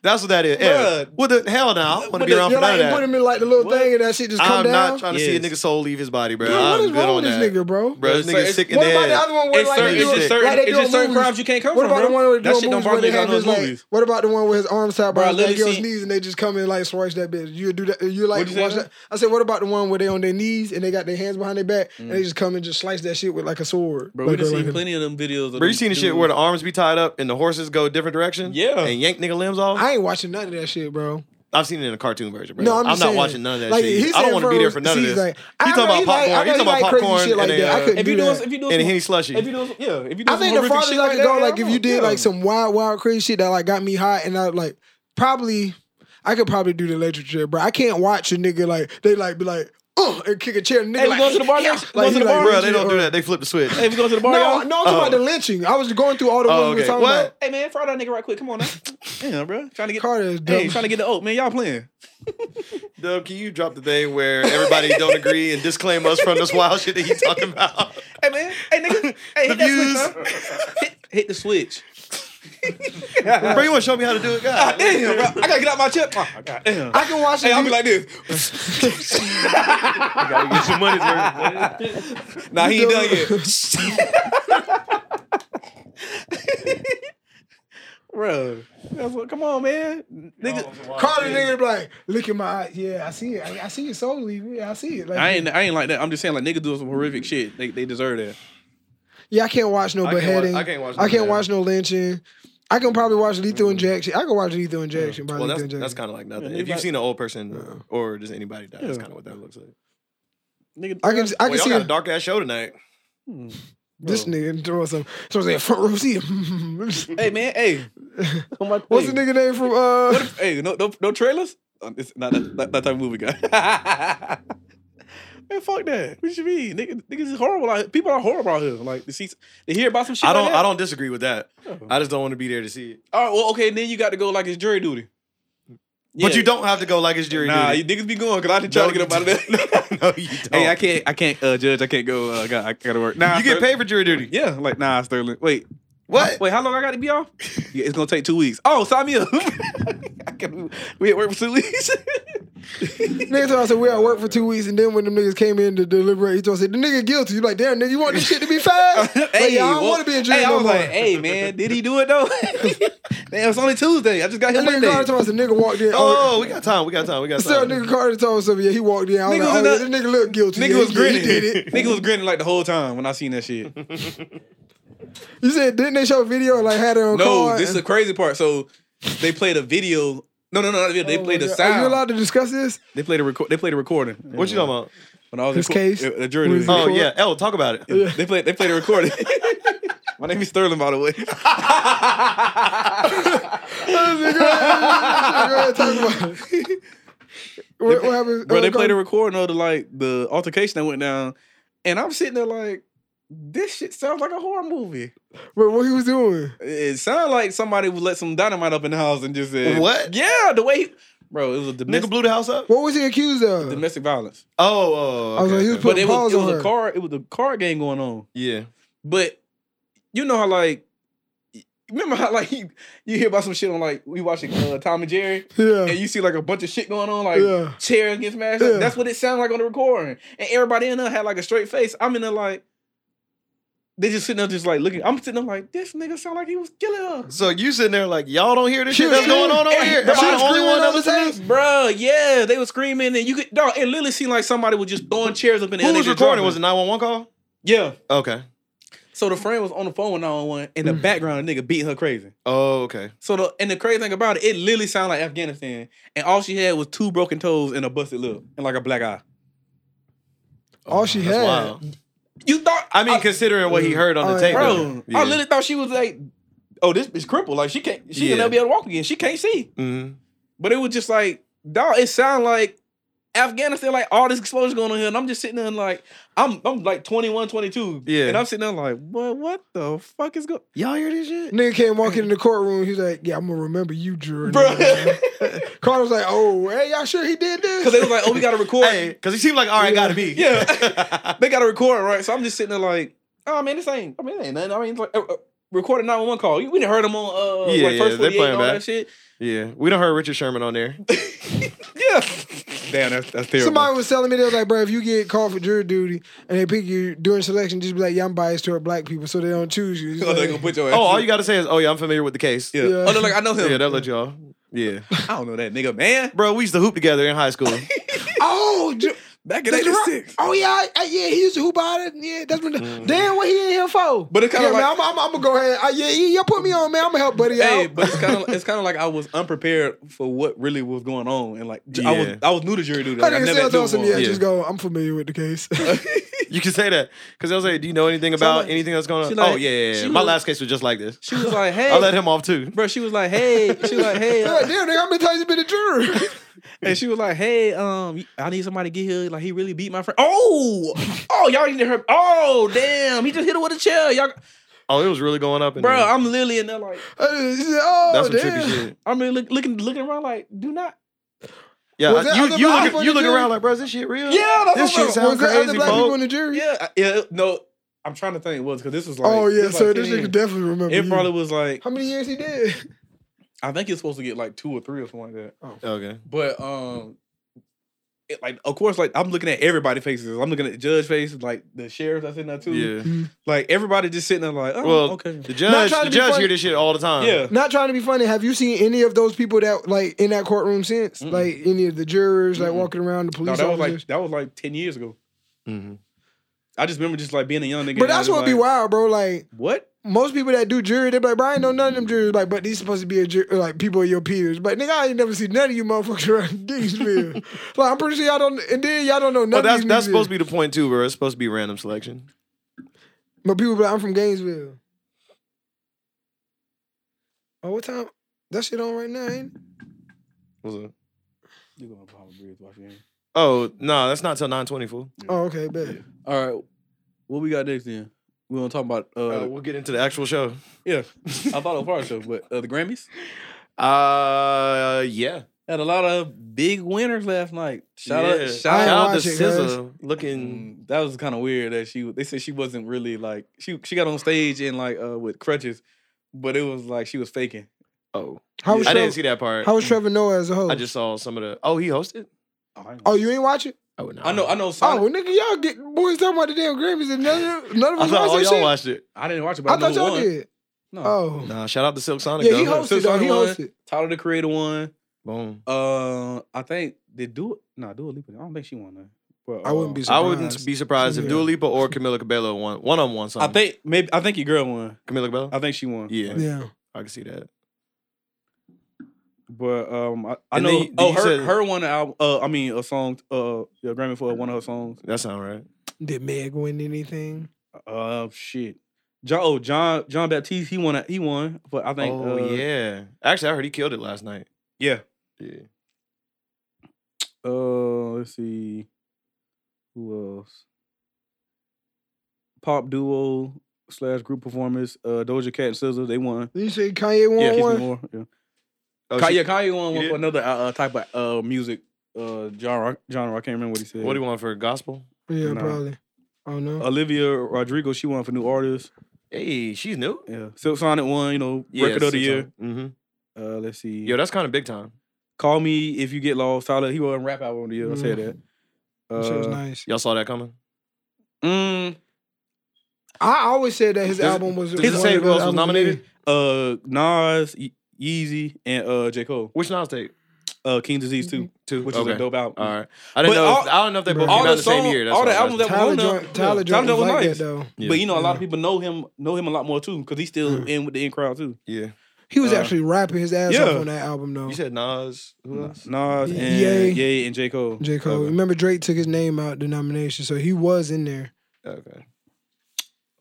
B: That's what that is. Yeah.
D: Bruh.
B: What the hell? Now I want
D: What
B: to be
D: the-
B: around
C: You're
B: for none
C: like
B: of
C: you put
B: that.
C: him in like the little
D: What?
C: thing and that shit just come
B: I'm
C: down.
B: not trying to see a
D: Yes.
B: nigga soul leave his body, bro.
C: Bro, what
B: I'm
C: is
B: good
C: wrong
B: on
C: with
B: that.
C: this nigga, bro?
B: Bro, this
D: Bro,
B: nigga
D: it's-
B: sick in
C: What
B: the
C: about the
B: head.
C: other one where
D: It's
C: like
D: certain,
C: they
B: it's
C: do,
B: just
D: certain,
C: like they
D: it's
C: do
D: just
C: in
D: certain
C: movies?
D: crimes you can't come
C: What
D: from,
C: about the
D: bro.
C: one where they
D: That
C: do a
D: shit don't
C: movie where
D: bother me
C: they
D: as I
C: have
D: know
C: his
D: it's
C: like?
D: movies.
C: What about the one with his arms out
D: Bro, I
C: by his leg,
D: literally
C: on his
D: seen-
C: knees and they just come in like swish that bitch? You do that? You like
D: What'd you
C: watch
D: say?
C: that? I said, what about the one where they on their knees and they got their hands behind their back and they just come and just slice that shit with like a sword?
D: Mm. Bro, we
C: Like,
D: done
C: uh,
D: seen
C: like a-
D: plenty of them videos. Of
B: Bro,
D: them
B: you seen the shit
D: dudes.
B: where the arms be tied up and the horses go a different direction?
D: Yeah.
B: And yank nigga limbs off?
C: I ain't watching none of that shit, bro.
B: I've seen it in a cartoon version, bro.
C: No, I'm,
B: not
C: just saying,
B: watching none of that
C: like,
B: shit.
C: He's
B: I don't want to be there for none of this. he talking about popcorn. he talking about popcorn
C: Shit like
B: and,
C: that. I
B: uh,
C: couldn't
D: If
C: do
D: you doing,
C: that.
D: if you doing,
B: and a
D: some-
B: henny slushy.
D: if you doing, some- yeah, if you doing,
C: I
D: some
C: think the
D: horrific
C: farthest
D: shit
C: I
D: like
C: could
D: that,
C: go,
D: yeah,
C: like if you did
D: yeah.
C: like some wild, wild, crazy shit that like got me hot, and I like probably I could probably do the literature, but I can't watch a nigga like they like be like, uh, and kick a chair. Nigga,
D: Hey, we
C: like,
D: going to the bar next? We going
C: Like,
D: to the
C: he like-
D: bar?
B: bro, they don't do that. They flip the switch.
D: Hey, we going to the bar,
C: No,
D: y'all?
C: no, I'm talking about the lynching. I was going through all the
B: Oh,
C: ones we were
B: okay.
C: talking
B: What?
C: about.
D: Hey man, fire that nigga right quick. Come on now. Damn, bro. Trying to get
C: Carter is dumb.
D: Hey, trying to get the oak, man. Y'all playing.
B: Dub, can you drop the thing where everybody don't agree and disclaim us from this wild shit that he's talking about?
D: Hey man. Hey nigga. Hey,
B: The
D: hit that switch, huh? hit, hit the switch.
B: bro, you want to show me how to do it,
D: Ah,
B: God?
D: Damn, bro. I gotta get out my chip. Oh, God damn.
C: I can watch.
D: Hey,
C: it.
D: I'll be like this.
F: gotta get your money's worth. boy.
D: Nah, he ain't done yet. Bro, that's what. Come on, man. Nigga,
C: Carter nigga be like, look at my eye. Yeah, I see it. I, I see your soul leaving. Yeah, I see it. Like,
D: I ain't. I ain't like that. I'm just saying, like nigga doing some horrific shit. They they deserve that.
C: Yeah, I can't watch no
B: I can't watch-
C: beheading.
B: I can't watch
C: I
B: no
C: can't
B: beheading. Mm.
C: watch no lynching. I can probably watch lethal injection. I can watch lethal injection. by
B: Well,
C: lethal
B: that's,
C: injection.
B: that's kind of like nothing.
D: Yeah,
B: If you've
D: nigga-
B: seen an old person or just anybody die, that's
D: Yeah.
B: kind of what that looks like.
D: Nigga,
C: I can I can
B: Well, y'all
C: see
B: got a
C: a,
B: dark ass show tonight.
C: this nigga throwing some throwing some front row seat. What's
D: Hey man, hey. Oh, my-
C: the
D: hey.
C: nigga name from? Uh,
D: Hey, no, no, no trailers. Um, It's not that, that, that type of movie guy. Man, fuck that. What you mean, nigga? Niggas is horrible. Out here. People are horrible out here. Like they see, they hear about some shit.
B: I don't.
D: Like
B: I
D: that.
B: don't disagree with that. I just don't want to be there to see it.
D: All right, well, okay. Then you got to go like it's jury duty.
B: But
D: Yeah.
B: you don't have to go like it's jury
D: Nah,
B: duty.
D: you niggas be going because I didn't try
B: No,
D: to get up out of
B: you
D: there.
B: no, you don't.
D: Hey, I can't, I can't, uh, judge, I can't go. Uh, I, got, I gotta work. Nah,
B: you get
D: Sterling-
B: paid for jury duty.
D: Yeah, like nah, Sterling. Wait,
B: What?
D: wait, how long I got to be off? Yeah, it's gonna take two weeks. Oh, sign me up. I can, we at work for two weeks.
C: nigga told I said we at work for two weeks, and then when them niggas came in to deliberate, he told I said the nigga guilty. You like damn nigga, you want this shit to be fast? like, yeah, I don't
D: well,
C: want to be in jail
D: hey,
C: no
D: I was
C: more.
D: like, hey man, did he do it though? Damn, it's only Tuesday. I just got here
C: And nigga
D: Monday.
C: Carter told us the nigga walked in.
B: Oh, we got time. We got time. We got
C: Still,
B: time.
C: nigga Carter told us something. Yeah, he walked in. I was
D: Nigga
C: like,
D: was
C: oh,
D: not-
C: yeah, this nigga look guilty.
D: Nigga
C: Yeah,
D: was
C: he- he
D: grinning.
C: did it.
D: Nigga was grinning like the whole time when I seen that shit.
C: You said didn't they show a video like had it on
D: No,
C: card?
D: this is the crazy part. So they played a video. No, no, no, not the video. They
C: Oh
D: played
C: my
D: the
C: God. Are you allowed
D: sound.
C: to discuss this?
D: They played a record. They played a recording.
B: What you talking about?
D: When I was
C: His
D: in
C: case?
D: a jury.
C: Was
D: duty.
B: Oh
C: Record?
B: yeah, L. Talk about it.
D: They played. They played a recording. My name is Sterling, by the way.
C: Go ahead, talk about it. what, what happened?
D: Bro,
C: uh,
D: they played a
C: Carter?
D: recording of the like the altercation that went down, and I'm sitting there like, this shit sounds like a horror movie.
C: Wait, what he was doing?
D: It sounded like somebody would let some dynamite up in the house and just said,
B: What?
D: Yeah, the way, he, bro, it was a
B: Nigga
D: domestic,
B: blew the house up.
C: What was he accused of?
D: domestic violence,
B: Oh, oh,
C: I was
B: okay,
C: like, he was
B: okay.
C: put-
D: but it
C: pause
D: was it
C: on
D: was
C: her.
D: a car it was a car game going on.
B: yeah.
D: But you know how like Remember how like you, you hear about some shit on like we watching uh, Tom and Jerry and
C: Yeah.
D: you see like a bunch of shit going on like
C: Uh. Yeah.
D: chairs get smashed. up.
C: Yeah.
D: That's what it sounded like on the recording, and everybody in there had like a straight face. I'm in there like they just sitting there just like looking. I'm sitting there like this nigga sound like he was killing her.
B: So you sitting there like y'all don't hear this
C: She
B: shit
C: was
B: that's going on over here? Am
C: she
B: I
C: was
B: the only
C: screaming
B: one
C: all
B: that
C: the
B: was to
C: time?
B: this?
D: Bruh, yeah, they were screaming and you could dog. It literally seemed like somebody was just throwing chairs up in the air.
B: Who
D: they
B: was
D: just
B: recording?
D: dropping.
B: Was it 911 call?
D: yeah.
B: Okay.
D: So the friend was on the phone with 911 in the background. A nigga beat her crazy.
B: Oh, okay.
D: So the and the crazy thing about it, it literally sounded like Afghanistan, and all she had was two broken toes and a busted lip and like a black eye.
C: All she
B: That's
C: had.
B: wild.
D: You thought?
B: I mean, considering what he heard on the
C: Alright.
B: tape.
D: bro,
B: Yeah.
D: I literally thought she was like, oh, this bitch crippled. Like she can't, she
B: Yeah.
D: can never be able to walk again. She can't see.
B: Mhm.
D: But it was just like, dog. It sounded like Afghanistan, like all this explosion going on here, and I'm just sitting there and like, I'm I'm like 21, 22,
B: Yeah.
D: and I'm sitting there like, what, what the fuck is going?
B: Y'all hear this shit?
C: Nigga came walking in the courtroom. He's like, "Yeah, I'm gonna remember you, Drew."
D: Bro,
C: Carter was like, "Oh, hey, y'all sure he did this?"
D: because they was like, oh, we got to record.
B: Hey, because he seemed like, all right,
C: Yeah.
B: gotta be.
D: Yeah. they got to record, right? So I'm just sitting there like, oh man, this ain't. I mean, it ain't nothing. I mean, like, uh, uh, recorded nine one one call. We didn't heard them on uh,
B: Yeah,
D: like,
B: yeah,
D: first
B: they
D: forty eight and all
B: playing
D: that shit.
B: yeah. We don't heard Richard Sherman on there.
D: Yeah. Damn, that's that's terrible.
C: Somebody was telling me they was like, "Bro, if you get called for jury duty and they pick you during selection, just be like, yeah, I'm biased toward black people, so they don't choose you." It's
D: oh, they
C: like-
D: gonna put your ass.
B: Oh, all you gotta say is, oh, yeah, I'm familiar with the case.
D: yeah.
C: Yeah.
D: Oh, they're like, I know him.
B: Yeah, that let y'all. Yeah.
D: I don't know that nigga, man.
B: Bro, we used to hoop together in high school.
C: oh, Ju-
D: Back in
C: that's right.
D: '86.
C: Oh yeah, I- I- yeah, he used to hoop out it. Yeah, that's what.
B: Mm.
C: Damn, what he in here for?
D: But it kinda
C: yeah,
D: like-
C: man, I'm, I'm, I'm gonna go ahead. I, yeah, yeah, yeah, put me on, man. I'm gonna help buddy
D: Hey,
C: out.
D: but it's kind of it's kind of like I was unprepared for what really was going on, and like I was
B: Yeah.
D: I was new to jury duty.
C: I
D: Like, I
C: think
D: never had to
C: awesome. Yeah,
B: Yeah.
C: just go. I'm familiar with the case.
B: you can say that. Because they'll say, do you know anything
D: So I'm
B: about
D: like-
B: anything that's going
D: she
B: on?
D: like-
B: oh, yeah, yeah, yeah.
D: she
B: My
D: was-
B: last case was just like this.
D: She was like, hey,
B: I let him off too.
D: bro. She was like, hey, she was like, hey, uh,
C: God damn, nigga, how many times you been a juror?
D: And she was like, "Hey, um, I need somebody to get here. Like, he really beat my friend. Oh, oh, y'all need to her. Oh, damn, he just hit her with a chair, y'all.
B: Oh, it was really going up. In
D: Bro,
B: there.
D: I'm literally in there like,
C: oh,
B: that's some
C: damn.
B: trippy shit.
D: I'm really look, looking, looking around like, do not.
B: Yeah,
C: Was
B: I-
C: that
B: you
C: other
B: you
C: black
B: look
C: people
B: you
C: in the
B: look around
C: jury?
B: like, bro, is this shit real?
D: Yeah, that's
B: this
D: what
B: shit
D: I'm-
B: sounds
C: Was there other
B: crazy,
C: black people
B: folks.
C: in the jury?
D: Yeah, I- yeah. No, I'm trying to think it was because this was like,
C: oh yeah,
D: this
C: so
D: like
C: this
D: 10
C: nigga
D: years.
C: definitely remember.
D: It
C: you.
D: probably was like,
C: How many years he did?
D: I think you're supposed to get like two or three or something like that.
C: Oh.
B: Okay.
D: But um, it, like of course, like I'm looking at everybody's faces. I'm looking at the judge faces, like the sheriff that's in there too.
B: Yeah.
D: Like everybody just sitting there like, oh,
B: Well,
D: okay.
B: The
C: Not
B: judge
C: trying
B: the
C: to be
B: judge
C: funny.
B: hear this shit all the time.
D: Yeah.
C: Not trying to be funny. Have you seen any of those people that like in that courtroom since?
D: Mm-mm.
C: Like any of the jurors, like
D: Mm-mm.
C: walking around the
D: No,
C: police
D: that was
C: officers.
D: like that was like ten years ago.
B: Mhm.
D: I just remember just like being a young nigga.
C: but
D: and I
C: that's
D: was
C: what be
D: like,
C: wild, bro. Like
D: What?
C: most people that do jury, they're like, bro, I ain't know none of them jurors. Like, but these supposed to be a jur- like people of your peers. But nigga, I ain't never seen none of you motherfuckers around Dixville. like I'm pretty sure y'all don't. And then y'all don't know nothing.
B: But that's that's supposed to be the point too, bro. It's supposed to be random selection.
C: But people be like, I'm from Gainesville. Oh, what time? That shit on right now, ain't it?
B: What's up?
D: You going to Bahama Breeze? Watch game.
B: Oh no, that's not till nine twenty fool.
C: Oh, okay, bet.
D: All right, what we got next then? We gonna talk about uh,
B: Uh, we'll get into the actual show.
D: yeah. I thought it was part of the show, but uh, the Grammys
B: Uh yeah.
D: had a lot of big winners last night. Shout
B: Yeah.
D: out, shout
C: I ain't
D: out.
B: out
C: watch
B: to
C: it,
B: SZA looking
D: Mm, That was kind of weird that she. They said she wasn't really like she. She got on stage and like uh with crutches, but it was like she was faking.
B: oh.
C: How was
B: I
C: Trevor,
B: didn't see that part.
C: how was Trevor Noah as a host?
B: I just saw some of the Oh, he hosted?
C: oh, you ain't watch it?
B: I would not.
D: I know. I know.
C: Oh,
D: Sonic,
C: well, nigga, y'all get boys talking about the damn Grammys and none of, none of
B: I
C: us
B: thought
C: watch
B: all
C: that
B: y'all
C: shit.
B: watched it.
D: I didn't watch it, but
C: I
D: I, know
C: thought
D: who
C: y'all
D: won.
C: did.
D: No.
C: Oh,
B: Nah, shout out to Silk Sonic.
C: yeah, he
B: though.
C: hosted. Though. He
D: Sonic won.
C: hosted.
D: Tyler the Creator won.
B: Boom.
D: Uh, I think did do it. Nah, do Lipa. I don't think she won that. But, uh,
C: I wouldn't be
B: I
C: surprised.
B: wouldn't be surprised if
C: Yeah.
B: Dua Lipa or Camila Cabello won one on one
D: I
B: song.
D: think maybe I think your girl won.
B: Camila Cabello.
D: I think she won.
B: yeah,
C: Yeah,
B: I can see that.
D: But um, I, I
B: And
D: know.
B: then you- then
D: oh,
B: you
D: her
B: said-
D: her won an album. Uh, I mean a song. Uh, yeah, Grammy for one of her songs.
B: That sound right.
C: did Meg win anything?
D: Uh, shit. John, oh, John John Baptiste. He won. a- He won. But I think.
B: oh
D: uh,
B: yeah. Actually, I heard he killed it last night.
D: Yeah.
B: Yeah.
D: Uh, let's see. Who else? Pop duo slash group performance. Uh, Doja Cat and SZA. They won.
C: Did you say Kanye won
D: Yeah,
C: one?
D: Kiss Me More. Yeah.
B: Oh,
D: Ka-
B: she-
D: yeah, Uh, Kanye won one
B: he did?
D: for another uh, uh, type of uh, music uh, genre. Genre, I can't remember what he said.
B: What do you want for gospel?
D: Nah.
C: Yeah,
D: Uh,
C: probably. Oh no.
D: Olivia Rodrigo, she won for new artist.
B: Hey, she's new.
D: Yeah, Silk Sonic won. You know, record of the year.
B: Mm-hmm.
D: Uh, let's see.
B: Yo, that's kind of big time.
D: Call me if you get lost. Tyler, he won rap album of the year. I said that.
C: Mm. That shit was
D: Uh,
C: nice.
B: Y'all saw that coming.
D: mm,
C: I always said that his
B: Does it-
C: album was.
B: does it
C: one
B: say
C: of the
B: who else was
C: albums of the
B: nominated?
D: uh,
C: year.
D: Nas, Ye- Yeezy, and uh, J Cole.
B: Which Nas tape?
D: Uh, King Disease
C: Mm-hmm.
D: too,
B: Two,
D: which
B: okay.
D: is a dope album.
B: All right, I didn't
D: But
B: know.
D: all-
B: I don't know if they both
C: all
B: came
D: the
B: out the same
D: song-
B: year. That's
D: all the
B: what I was
D: albums that
B: asking.
C: Tyler
D: Who knows?
C: Jordan. Tyler
D: Tyler
C: Jordan
D: Jordan
C: was
D: was
C: like
D: nice.
C: that though.
D: But you know, a lot of people know him, know him a lot more too, because he's still
C: Mm.
D: in with the in crowd too.
B: yeah,
C: He was
D: Uh,
C: actually rapping his ass
D: yeah.
C: off on that album though.
B: you said Nas. Who else?
D: Nas and
C: Ye.
D: Ye, and J Cole.
C: J Cole.
D: Okay.
C: Remember Drake took his name out the nomination, so he was in there.
B: Okay,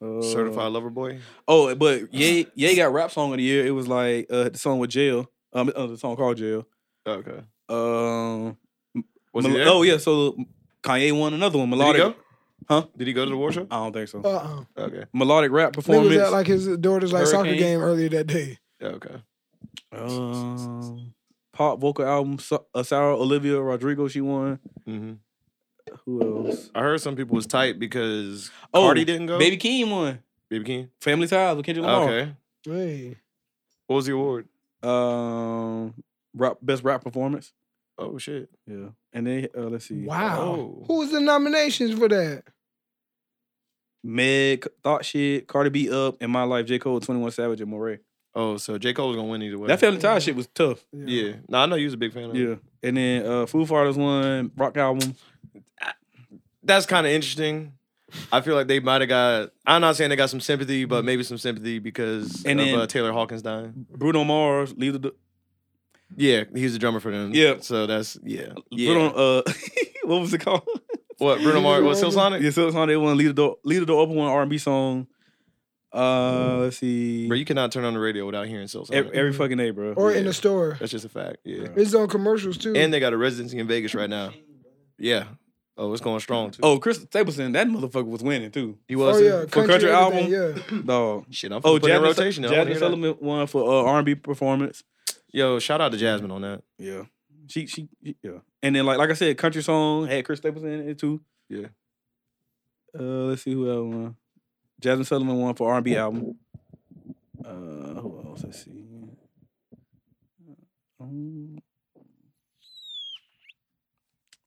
D: Uh,
B: Certified Lover Boy.
D: Oh, but Ye Ye got rap song of the year. It was like uh, the song with Jail. Um, uh, the song called Jail.
B: Okay,
D: Um,
B: was
D: Mel-
B: he there?
D: Oh yeah, so Kanye won another one.
B: Did he
D: Melodic.
B: go?
D: Huh?
B: Did he go to the war show?
D: I don't think so.
C: Uh uh
B: Okay,
D: Melodic rap
C: He was
D: performance.
C: at like his daughter's like soccer
D: Hurricane.
C: game earlier that day.
B: okay.
D: Um, pop vocal album. Sa- uh, Sarah Olivia Rodrigo. She won.
B: hmm
D: Who else?
B: I heard some people was tight because
D: Oh,
B: Cardi didn't go.
D: Baby Keem won.
B: Baby King.
D: Family Ties with Kendrick Lamar.
B: Okay.
C: Hey.
B: What was the award?
D: Um, rap, best rap performance.
B: Oh shit.
D: Yeah, and then uh, let's see.
C: Wow.
B: Oh.
C: Who was the nominations for that?
D: Meg, Thought Shit, Cardi B Up, and My Life, J. Cole, 21 Savage, and Moray.
B: Oh, so J Cole was gonna win either way.
D: That Family Ties shit was tough.
B: Yeah. No, I know you was a big fan of. it.
D: Yeah. And then uh Foo Fighters won, rock album.
B: That's kind of interesting. I feel like they might have got. I'm not saying they got some sympathy, but maybe some sympathy because
D: And
B: of
D: then-
B: uh, Taylor Hawkins dying.
D: Bruno Mars, Leave the Do-
B: Yeah, he was a drummer for them.
D: Yeah.
B: So that's yeah. Yeah.
D: Bruno, uh what was it called?
B: what Bruno Mars? What Silk Sonic?
D: yeah, so it's on they won Leave the Door Leave the Door Open one R and B song. Uh
B: Mm.
D: let's see.
B: Bro, you cannot turn on the radio without hearing Silk Sonic.
D: every, every fucking day, bro.
C: Or in
B: Yeah.
C: the store.
B: that's just a fact. Yeah.
C: It's on commercials too.
B: And they got a residency in Vegas right now. Yeah. Oh, it's going strong too.
D: Oh, Chris Stapleton, that motherfucker was winning too.
B: he
C: oh
B: was.
C: yeah,
B: too?
D: For country
C: everything, Yeah.
D: Dog.
B: Shit, I'm
D: Oh,
B: oh, putting
D: Jasmine,
B: in
D: rotation,
B: rotation. I wanna
D: Jasmine
B: hear that.
D: Sullivan won for uh, R&B performance.
B: Yo, shout out to Jasmine on that.
D: Yeah. She she yeah. And then like like I said, country song had Chris Stapleton in it too.
B: Yeah.
D: Uh let's see who else won. Jasmine Sullivan won for R and B
B: Oh.
D: album. Uh who else? Let's see. Um,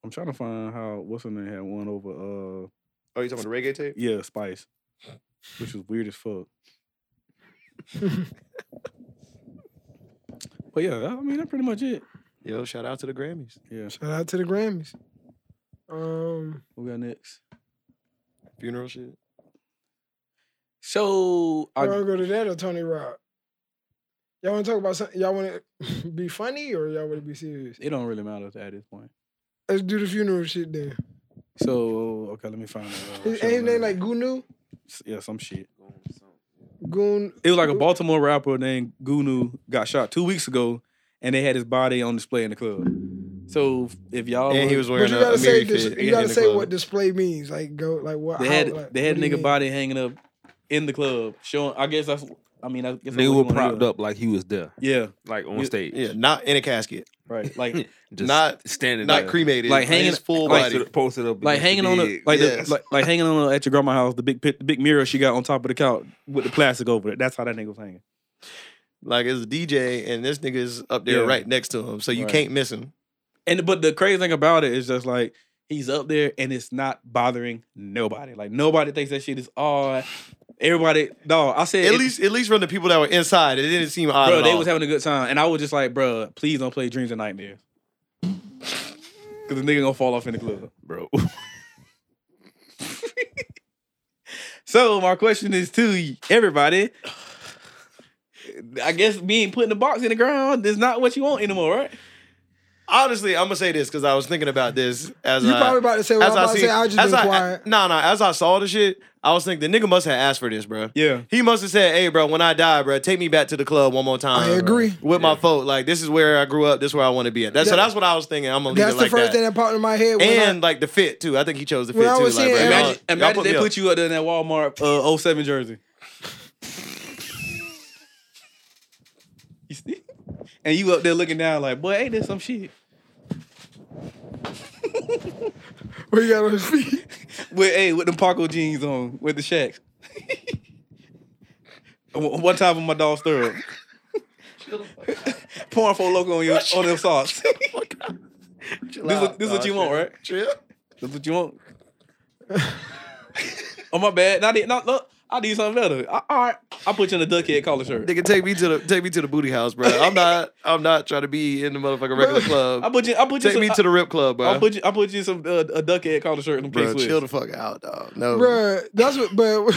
D: I'm trying to find how what's her name had won over uh
B: Oh, you talking about the reggae tape?
D: yeah, Spice. Which was weird as fuck. but yeah, I mean that's pretty much it.
B: Yo, shout out to the Grammys.
D: Yeah.
C: Shout out to the Grammys. Um,
D: What we got next?
B: Funeral shit.
D: So
C: I
D: I,
C: want to go to that or Tony Rock. Y'all want to talk about something? Y'all want to be funny or y'all want to be serious?
D: it don't really matter at this point.
C: Let's do the funeral shit then.
D: So okay, let me find out.
C: His, ain't his name like Gunu?
D: yeah, some shit.
C: Goon.
D: It was like a Baltimore rapper named Gunu got shot two weeks ago, and they had his body on display in the club. So if y'all,
B: and he was
C: But
B: wearing
C: you
B: a,
C: gotta
B: a
C: say
B: Mary
C: dis-
B: fit.
C: you gotta say what display means. Like go like what
D: they
C: how-
D: had
C: like,
D: they had
C: what do you
D: nigga
C: mean?
D: body hanging up in the club showing. I guess that's. I mean, I guess that's
F: Nigga was
D: what you wanna
F: propped
D: hear.
F: up like he was there,
D: Yeah,
F: like on
D: You-
F: stage.
B: Yeah, not in a casket,
D: right. Like
F: Just
B: Not-
F: standing
B: not
F: there.
B: cremated,
D: Like hanging-
B: his full
D: like-
B: body.
F: Posted, posted up,
D: like
F: against the
D: hanging on the
F: big-
D: like,
B: Yes.
D: the like like hanging on the, at your grandma's house. The big pit, the big mirror she got on top of the couch with the plastic over it. That's how that nigga was hanging.
B: Like it's a DJ, and this nigga is up there
D: Yeah.
B: right next to him, so you
D: Right.
B: can't miss him.
D: And but the crazy thing about it is just like he's up there and it's not bothering nobody. Like nobody thinks that shit is odd. Everybody, no, I said
B: At
D: it-
B: least, at least from the people that were inside, it didn't seem odd.
D: bro,
B: at
D: they
B: all.
D: was having a good time, and I was just like, bro, please don't play Dreams and Nightmares, because the nigga gonna fall off in the club.
F: bro.
D: So my question is to everybody. I guess being put in the box in the ground is not what you want anymore, right?
B: Honestly, I'm gonna say this because I was thinking about this as
C: You
B: I,
C: probably about to say what I'm
B: as I
C: about to
B: see,
C: say. I just
B: as
C: been
B: I,
C: quiet.
B: Nah, nah. As I saw the shit, I was thinking the nigga must have asked for this, bro.
D: Yeah.
B: He must have said, "Hey, bro, when I die, bro, take me back to the club one more time."
C: I agree.
B: with my folk. Like this is where I grew up. This is where I want to be at. That's so.
C: That-
B: That's what I was thinking. I'm gonna leave
C: That's
B: it
C: the
B: like
C: first thing
B: that.
C: that popped in my head. When
B: And like the fit too. I think he chose the
C: When
B: fit
C: I
B: too.
C: was
B: Like,
C: seeing
B: bro,
C: Aaron-
B: y'all-
D: Imagine,
C: Imagine-
B: y'all
D: imagine
B: put
D: they
B: me up.
D: put you up there in that Walmart uh, 07 jersey. You see? And you up there looking down like, boy, ain't this some shit?
C: I, where you got on his feet.
D: With hey, with them Paco jeans on, with the shacks. One one time when my dog stirred, pouring for loco on your on them socks. this what this what you want, right?
B: Chill.
D: That's what you want. oh my bad. Not not look. I need something better. I, all right, I put you in a duckhead collar shirt.
B: Nigga, take me to the take me to the booty house, bro. I'm not I'm not trying to be in the motherfucking regular
D: I
B: club.
D: put you. I put you.
B: Take
D: some,
B: me to the rip club,
D: I, I
B: bro.
D: put you. I put you some uh, a duckhead collar shirt and
B: Bro,
D: case
B: chill
D: with.
B: the fuck out, dog. No,
C: Bruh, that's what. But what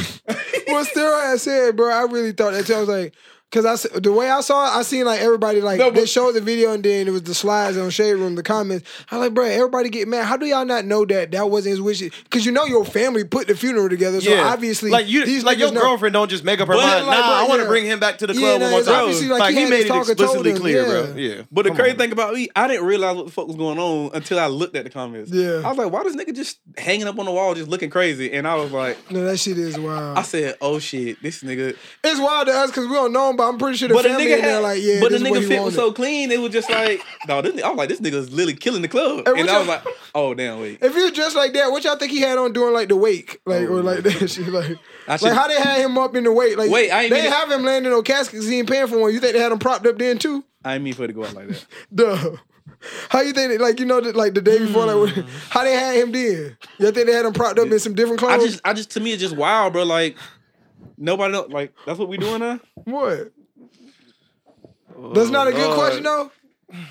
C: Steroid had said, bro, I really thought that. Too. I was like, because I s- the way I saw it, I seen like everybody like
D: No, but-
C: they showed the video and then it was the slides on Shade Room, the comments. I was like, bro, everybody get mad. How do y'all not know that that wasn't his wishes? Because you know your family put the funeral together, so obviously
B: like you,
C: these
B: like your
C: niggas know.
B: girlfriend don't just make up her
D: But,
B: mind.
C: like,
B: nah,
C: bro,
B: I want to
C: yeah.
B: bring him back to the
C: Yeah,
B: club
C: no,
B: one more
C: it's
B: time.
C: obviously like he
B: he
C: had
B: made
C: this
B: it
C: talk and told
B: explicitly
C: him,
B: clear,
C: yeah.
B: bro. Yeah,
D: But the
B: Come
D: crazy
B: on.
D: thing about me, I didn't realize what the fuck was going on until I looked at the comments.
C: Yeah.
D: I was like, why this nigga just hanging up on the wall, just looking crazy? And I was like,
C: No, that shit is wild.
D: I said, oh shit, this nigga.
C: it's wild to us because we don't know him, but I'm pretty sure the
D: But the
C: family
D: nigga
C: in there
D: had,
C: like, yeah,
D: but the
C: this is what
D: nigga
C: he
D: fit was
C: wanted.
D: so clean, it was just like, no, this. ni- I was like, this nigga's literally killing the club.
C: And
D: And,
C: what
D: I was
C: y'all-
D: like, oh damn, wait.
C: If you dressed like that, what y'all think he had on during like the wake, like or like that shit, like,
D: Oh, I
C: like
D: should-
C: how they had him up in the wake? Like,
D: Wait, I ain't
C: they
D: mean to-
C: have him landing on caskets. He ain't paying for one. You think they had him propped up then too?
D: I didn't mean for it to go out like that.
C: Duh. How you think? That, like you know, that, like the day before, like
D: Hmm.
C: when- how they had him then? You all think they had him propped up in some different
D: I
C: clothes?
D: just, I just, to me, it's just wild, bro. Like nobody, know, like that's what we doing now.
C: what? That's not a good question though. Cause
D: Oh,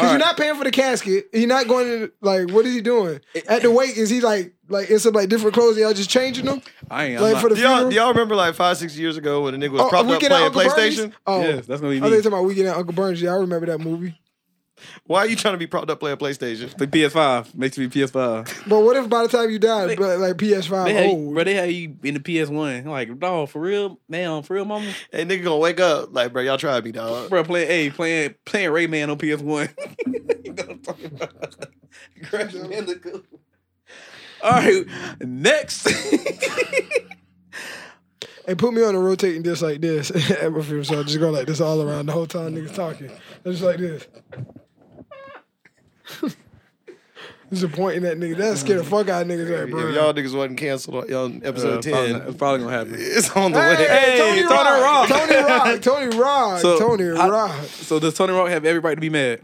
D: All
C: you're
D: right.
C: not paying for the casket. You're not going to like. What is he doing at the wake? Is he like like in some like different clothes? and Y'all just changing them
D: I ain't. I'm
C: like
D: not-
C: for the
B: Do y'all,
C: funeral.
B: do y'all remember like five, six years ago when the nigga was
C: Oh,
B: propped up
C: Weekend at
B: playing
C: Uncle Bernie's?
B: PlayStation?
C: Oh,
D: yes, that's gonna be
C: I think
D: me.
C: talking about Weekend at Uncle Burns. Yeah, I remember that movie.
B: Why are you trying to be propped up playing PlayStation?
D: The PS5 makes me PS5.
C: But what if by the time you die,
D: They-
C: but like PS5
D: They had, you-
C: old?
D: bro, they had you in the PS One. Like, dog, for real, man, for real, mama,
B: Hey, nigga gonna wake up like, bro, y'all tried me, dog.
D: bro, playing, hey, playing, playing Rayman on PS One. you know what I'm talking about? Crash Bandicoot. All right, next.
C: And put me on a rotating disc like this at my funeral. So I just go like this all around the whole time niggas talking. I'm just like this. just pointing at niggas. That scared the fuck out of niggas. Like,
B: If
C: bro.
B: y'all niggas wasn't canceled on y'all on
D: Uh,
B: episode
D: it's probably-
B: ten,
D: it's probably gonna happen.
B: it's on the
C: Hey,
B: way.
D: Hey,
C: Tony,
D: Tony
C: Rock.
D: Rock.
C: Tony Rock. Tony Rock.
D: So,
C: Tony
D: I-
C: Rock.
D: So does Tony Rock have every right to be mad?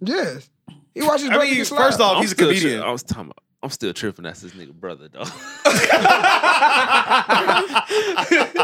C: Yes. He watches
B: I
C: brother
B: mean,
C: get slapped.
B: first off,
D: I'm
B: he's a
D: still
B: comedian.
D: shit.
B: All
D: I was talking about. I'm still tripping. That's his nigga brother, though.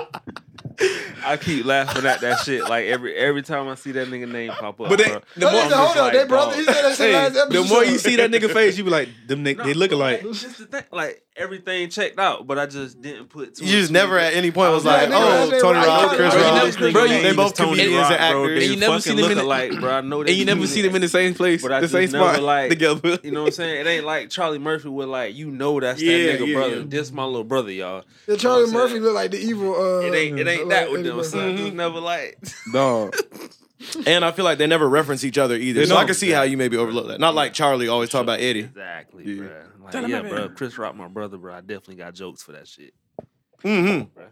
D: I keep laughing at that shit. Like every every time I see that nigga name pop up. But they,
E: Bruh.
D: the
C: That
D: more,
C: nigga, hold up,
E: like,
C: they brother.
E: dog.
C: He said that shit
D: hey,
C: last episode.
D: the more you see that nigga face, you be like, them nigga,
E: No,
D: they look alike.
E: It's just the thing. Like everything checked out, but I just didn't put. Two
B: you just never at any point was
C: Yeah,
B: like,
C: nigga,
B: oh,
C: that's
B: Tony
C: right.
B: Rock,
C: Bro,
B: Chris
D: you
B: Rock.
D: never- bro, you
B: They
D: never
B: both
E: seen him in
B: comedians and
E: Rock, bro.
B: actors.
E: They
D: And you never
E: fucking
D: seen him
E: look
D: in the-
E: alike, bro. I know they
D: and you never
E: do
D: see
E: that.
D: them in the same place,
E: But I
D: the
E: just
D: same
E: never,
D: spot
E: like-
D: together.
E: You know what I'm saying? It ain't like Charlie Murphy with like, you know, that's
D: Yeah,
E: that nigga
D: yeah,
E: brother.
D: yeah.
E: This my little brother, y'all.
C: Yeah, Charlie
B: Oh,
E: I'm
C: Murphy
E: saying?
C: look like the evil. Uh,
E: It ain't. It ain't that with them.
C: anybody.
E: Son.
B: Mm-hmm.
E: It's never like.
D: Dog.
B: And I feel like they never reference each other either.
D: They
B: So I
D: don't.
B: can see how you maybe overlook that. Not like Charlie always talking about Eddie.
E: Exactly,
D: Yeah.
E: bro. Like,
D: Tell him
E: yeah,
D: I'm
E: bro.
D: in.
E: Chris Rock, my brother, bro. I definitely got jokes for that shit.
B: Mm-hmm.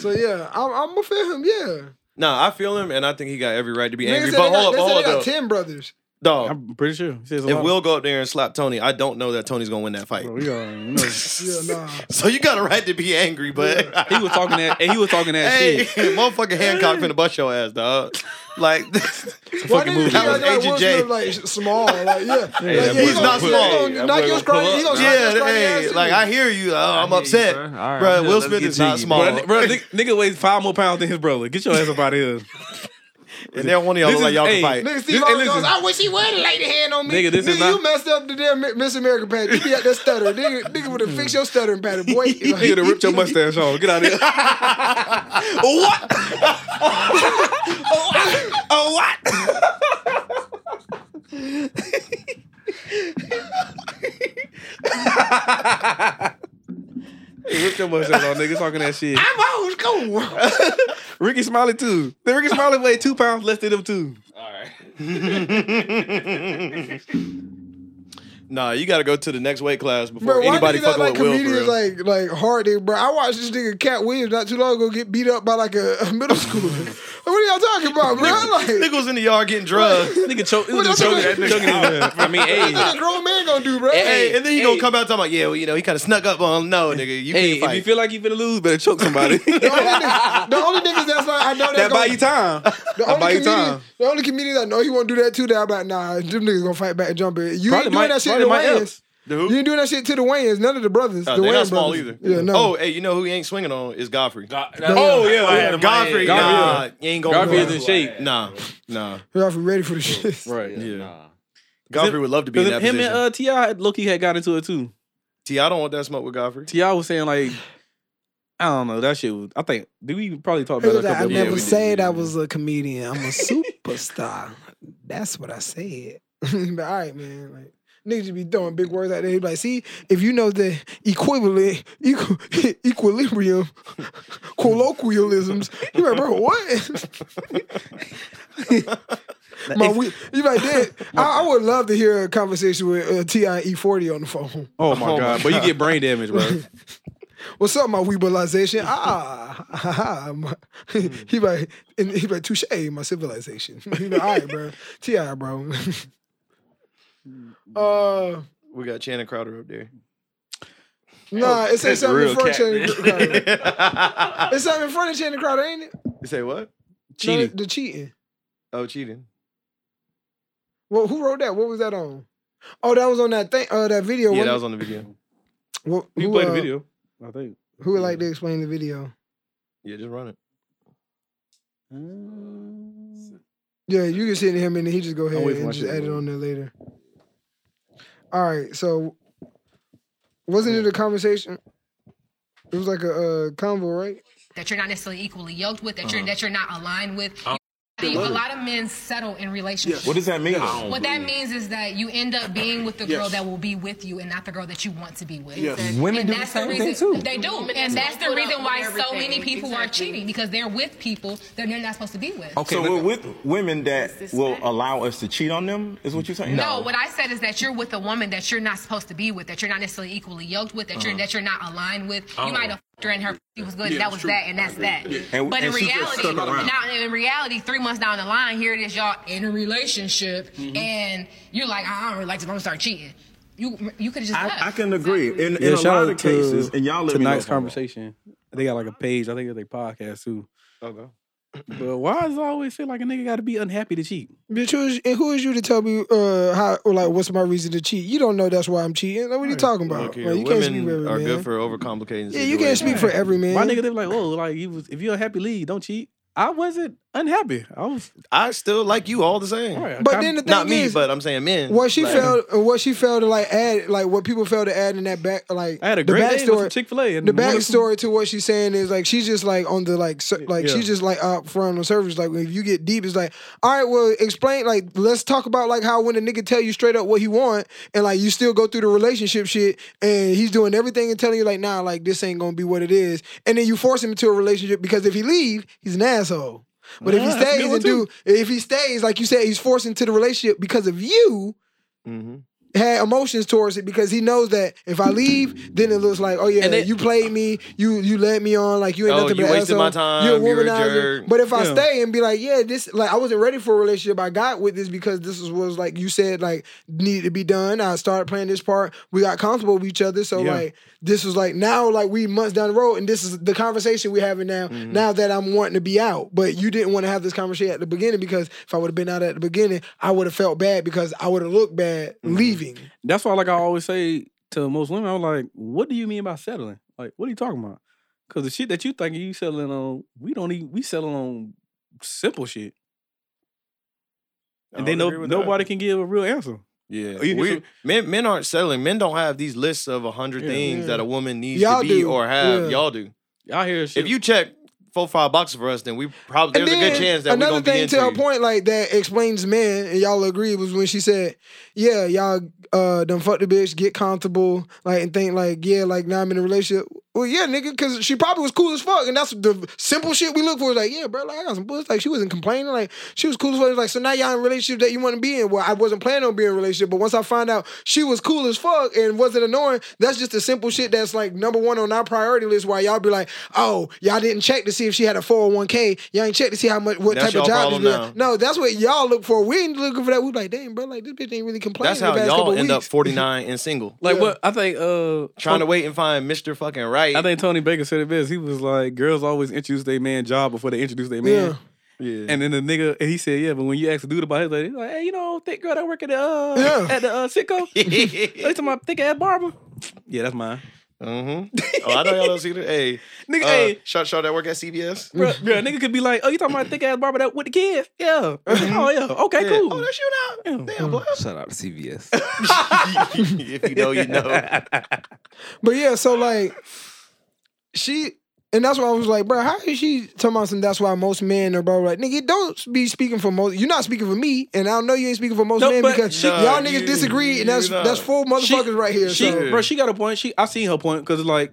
C: So yeah, I'm, I'm gonna feel him. Yeah,
B: Nah, I feel him, and I think he got every right to be
C: Niggas
B: angry.
C: said
B: But
C: they got,
B: hold up,
C: they said
B: hold
C: they got
B: up, though.
C: ten brothers.
B: dog.
D: I'm pretty sure. He says a
B: If
D: lot.
B: Will go up there and slap Tony, I don't know that Tony's gonna win that fight.
D: Bro, we all, you know.
C: Yeah, nah.
B: So you got a right to be angry, but
D: he was talking that. And he was talking that
B: hey,
D: shit.
B: motherfucking Hancock finna bust your ass, dog. Like,
C: Why didn't
D: movie.
C: you
D: That was
C: like, like, Will
B: Agent J.
C: Smith, like sh- small? Like yeah, like,
D: that
C: yeah,
D: boy
C: he's not small.
B: gonna put-
C: He
E: hey,
C: gonna
E: that
C: knock
E: boy
C: your
E: gonna
C: scrawny. He
E: pull
C: gonna
E: up.
C: knock
B: yeah,
C: your scrawny
B: hey,
C: ass
B: like
C: too.
B: I hear you. I, I'm
E: I hear you,
B: upset,
E: bruh. All
B: bruh.
E: right, I'm
B: Will
E: just-
B: Smith
E: let's
B: is
E: get
B: not
E: jiggy,
B: small,
D: Bro, that ni- bro, ni- nigga weighs five more pounds than his brother. Get your ass up out of here.
B: and they're one of y'all
D: This
B: look like
D: is-
B: y'all
D: hey,
B: can fight.
C: Nigga,
D: This-
C: Steve
D: hey,
C: Harvey goes,
D: listen.
C: I wish he would have laid a hand on me.
D: Nigga, this is
C: you
D: not-
C: messed up the damn Mi- Miss America pattern. You be out there stuttering. Nigga, nigga would have fixed your stuttering pattern, boy.
D: He could have ripped your mustache off. Get out of here. what? oh, what? Oh, what? hey, ripped your mustache off, nigga. Talking that shit.
C: I'm old school.
D: Ricky Smiley, too. Then Ricky Smiley weighed two pounds less than him, too.
E: All right.
B: Nah, you got to go to the next weight class before
C: Bro, why
B: anybody
C: niggas act
B: fucking
C: like
B: with Will. For
C: comedians
B: real.
C: like like hard? They, bro, I watched this nigga Cat Williams not too long ago get beat up by like a, a middle schooler. What are y'all talking about, bro? Like,
B: Nigga was in the yard getting drugged.
D: Nigga choke. Nigga
C: What y'all
D: choke that
C: talking-
D: nigga out. I mean,
C: what
D: hey,
C: a grown man gonna do, bro?
B: Hey, and then he
D: hey.
B: gonna come out talking about, yeah, well, you know, he kind of snuck up on him. No, nigga,
D: hey,
B: you can't
D: if
B: fight.
D: you feel like you finna lose, better choke somebody.
C: The only, niggas, the only niggas that's like I know that's
F: That buy
C: gonna,
F: you time.
C: the
F: buy
C: only
F: you
C: comedian,
F: time.
C: the only comedian I know he won't do that too. That I'm like, nah, them niggas gonna fight back and jump it. You
D: Probably
C: ain't doing
D: Mike-
C: that shit
D: probably
C: to the
D: Mike
C: Wayans.
B: The
C: You
B: who?
C: ain't doing that shit to the Wayans. None of the brothers.
B: Uh,
C: the
B: they're
C: Wayans
B: not small
C: brothers.
B: either.
C: Yeah, no.
B: Oh, hey, you know who he ain't swinging on is Godfrey.
E: oh
C: yeah,
E: yeah,
B: Godfrey, nah,
D: Garfield.
B: you ain't gonna.
D: Garfield is in shape.
B: Nah, nah.
C: Y'all for ready for the shit.
D: Right.
B: Yeah.
D: Nah.
B: Godfrey would love to be in
D: Because
B: that
D: him
B: position.
D: and uh, T.I. had- Loki had got into it too.
B: T, I don't want that smoke with Godfrey.
D: T.I. was saying like, I don't know, that shit was, I think, did we probably talk about
C: He
D: it a
C: was like,
D: couple
C: I
D: of
B: yeah,
C: never
B: we
D: years
B: did.
C: said I was a comedian. I'm a superstar. That's what I said. but all right, man. Like, niggas just be throwing big words out there. He be like, see, if you know the equivalent, equ- equilibrium, colloquialisms, you like, bro, what? My we, you like that? I, I would love to hear a conversation with uh, Ti and E40 on the phone.
D: Oh my god, but you get brain damage, bro.
C: What's up, my weebalization? Ah, ha, ha, my, he like, and he like, touche, my civilization. He like, all right, bro, Ti, bro. uh,
B: We got Channing Crowder up there.
C: nah, it's
E: that's
C: something in
E: real
C: front of
E: cat,
C: Channing
E: man.
C: Crowder. It's something in front of Channing Crowder, ain't it?
B: you say what?
D: Cheating.
C: No, the cheating.
B: Oh, cheating.
C: Well, who wrote that? What was that on? Oh, that was on that thing. Uh, that video.
B: Yeah,
C: wasn't
B: that
C: it?
B: was on the video.
C: Well,
D: You
C: who,
D: played the
C: uh,
D: video, I think.
C: Who would like to explain the video?
B: Yeah, just run it.
C: Yeah, you can send him and he just go ahead
D: wait for my
C: and just
D: shit,
C: add it
D: bro.
C: on there later. All right, so wasn't it a conversation? It was like a uh, convo, right?
G: that you're not necessarily equally yoked with, that
H: Uh-huh.
G: you're that you're not aligned with. You- a lot of men settle in relationships.
H: What does that mean?
G: What that means is that you end up being with the girl that will be with you and not the girl that you want to be with.
H: Women
G: And
H: do the
G: that's
H: same
G: reason,
H: thing, too.
G: They do. And that's the reason why so many people are cheating because they're with people that they're not supposed to be with.
H: Okay, so we're with women that will allow us to cheat on them. Is what you're saying?
G: No, what I said is that you're with a woman that you're not supposed to be with, that you're not necessarily equally yoked with, that
H: Uh-huh.
G: you're that you're not aligned with. You might
H: Oh.
G: have fucked her and her pussy was good, and that was that, and that's that.
H: And-
G: but
H: and
G: in
H: she just
G: reality,
H: stuck around.
G: now in reality, three months down the line, here it is, y'all in a relationship,
H: Mm-hmm.
G: and you're like, I don't really like this. I'm gonna start cheating. You you could have just left.
H: I, I can agree. In,
D: Yeah,
H: in a
D: shout
H: lot
D: out
H: of
D: to
H: cases, and y'all let me know
D: tonight's
H: if I'm wrong.
D: conversation. They got like a page. I think it's a podcast too.
B: Okay.
D: But why does it always feel like a nigga got to be unhappy to cheat?
C: Bitch, who is, and who is you to tell me uh, how or like what's my reason to cheat? You don't know that's why I'm cheating. Like, what are you talking about?
B: Look here,
C: Like, you can't speak for
B: women
C: every
B: are
C: man.
B: good for overcomplicating.
C: yeah, you can't speak for every man.
D: My nigga, they be like, oh, like you was if you're unhappy, leave, don't cheat. I wasn't unhappy. I was.
B: I still like you all the same.
D: All right,
C: but
D: I'm-
C: then the thing
B: Not me,
C: is,
B: but I'm saying men.
C: what she
B: Like,
C: failed, what she failed to like add, like what people failed to add in that back, like
D: I had a
C: the
D: great day
C: backstory.
D: with Chick Fil A and
C: the
D: one of-
C: backstory to what she's saying is like she's just like on the like ser- like
D: Yeah.
C: she's just like out front on service. Like if you get deep, it's like all right, well explain like let's talk about like how when a nigga tell you straight up what he want and like you still go through the relationship shit and he's doing everything and telling you like nah like this ain't gonna be what it is and then you force him into a relationship because if he leave he's an asshole. But if he
D: Nah, that's a good
C: stays
D: one
C: and do if he stays like you said he's forced into the relationship because of you. Had emotions towards it because he knows that if I leave, then it looks like, oh yeah,
B: And they-
C: you played me, you you led me on, like you ain't
B: Oh,
C: nothing
B: you
C: but an
B: wasted my
C: asshole,
B: time,
C: You're a
B: you were a
C: womanizer.
B: jerk.
C: But if I
D: Yeah.
C: stay and be like, yeah, this like I wasn't ready for a relationship. I got with this because this is- was like you said, like needed to be done. I started playing this part. We got comfortable with each other. So
D: Yeah.
C: like this was like now like we months down the road, and this is the conversation we're having now.
B: Mm-hmm.
C: Now that I'm wanting to be out, but you didn't want to have this conversation at the beginning because if I would have been out at the beginning, I would have felt bad because I would have looked bad
B: Mm-hmm.
C: leaving.
D: That's why, like I always say to most women, I'm like, "What do you mean by settling? Like, what are you talking about? Because the shit that you think you settling on, we don't even we settling on simple shit,
B: I
D: and then
B: don't
D: no,
B: agree with that.
D: nobody can give a real answer.
C: Oh,
B: Yeah,
D: even
B: we-
D: if it-
B: men men aren't settling. Men don't have these lists of hundred things
C: Yeah.
B: that a woman needs
C: Y'all
B: to be
C: do.
B: or have.
C: Yeah.
B: Y'all do.
D: I hear shit.
B: If you check four five boxes for us, then we probably
C: And
B: there's a good
C: then
B: chance that we're
C: another
B: gonna
C: thing
B: be into
C: to her
B: you.
C: point like that explains men and y'all agree was when she said yeah y'all uh done fuck the bitch get comfortable like and think like yeah like now i'm in a relationship Well, yeah, nigga, because she probably was cool as fuck, and that's the simple shit we look for. Is like, yeah, bro, like I got some bullshit. Like she wasn't complaining. Like she was cool as fuck. Like so now y'all in a relationship that you want to be in. Well, I wasn't planning on being in a relationship, but once I find out she was cool as fuck and wasn't annoying, that's just the simple shit that's like number one on our priority list. Why y'all be like, oh, y'all didn't check to see if she had a four hundred one k. Y'all ain't check to see how much what
B: That's
C: type of
B: y'all
C: job.
B: problem
C: she did.
B: now.
C: No, that's what y'all look for. We ain't looking for that. We like, damn, bro, like this bitch ain't really complaining.
B: That's how
C: the past couple
B: y'all end up
C: weeks.
B: 49 and single.
D: Like
C: Yeah.
D: what I think uh
B: Trying to wait and find Mr. Fucking Right.
D: I think Tony Baker said it best. He was like, girls always introduce their man job before they introduce their man.
C: Yeah.
F: Yeah.
D: And then the nigga, and he said, yeah, but when you ask the dude about his lady, he's like, hey, you know, thick girl that work at the uh,
C: Yeah.
D: at the uh, Sitco.
B: mm-hmm.
D: Look to my thick ass barber. Yeah, that's mine.
B: Oh, I know y'all don't see that. Hey,
D: Nigga,
B: uh,
D: hey,
B: Shot, shot that work at CBS.
D: bro, bro, nigga could be like, oh, you talking about thick ass barber that with the kids? Yeah.
C: Mm-hmm.
D: oh yeah. Okay,
B: Yeah.
D: cool.
B: Oh, that's you now.
D: Yeah.
B: Damn, boy.
F: Shout out to CVS.
B: if you know, you know.
C: But yeah, so like she and that's why I was like, bro, how is she talking about some that's why most men are bro like nigga, don't be speaking for most you're not speaking for me, and I know you ain't speaking for most
D: No,
C: men
D: but
C: because
D: she-
C: y'all
B: Nah,
C: niggas
B: you-
C: disagree, and that's
B: you not.
C: that's four motherfuckers right here.
D: She,
C: so
D: bro, she got a point. She, I seen her point because like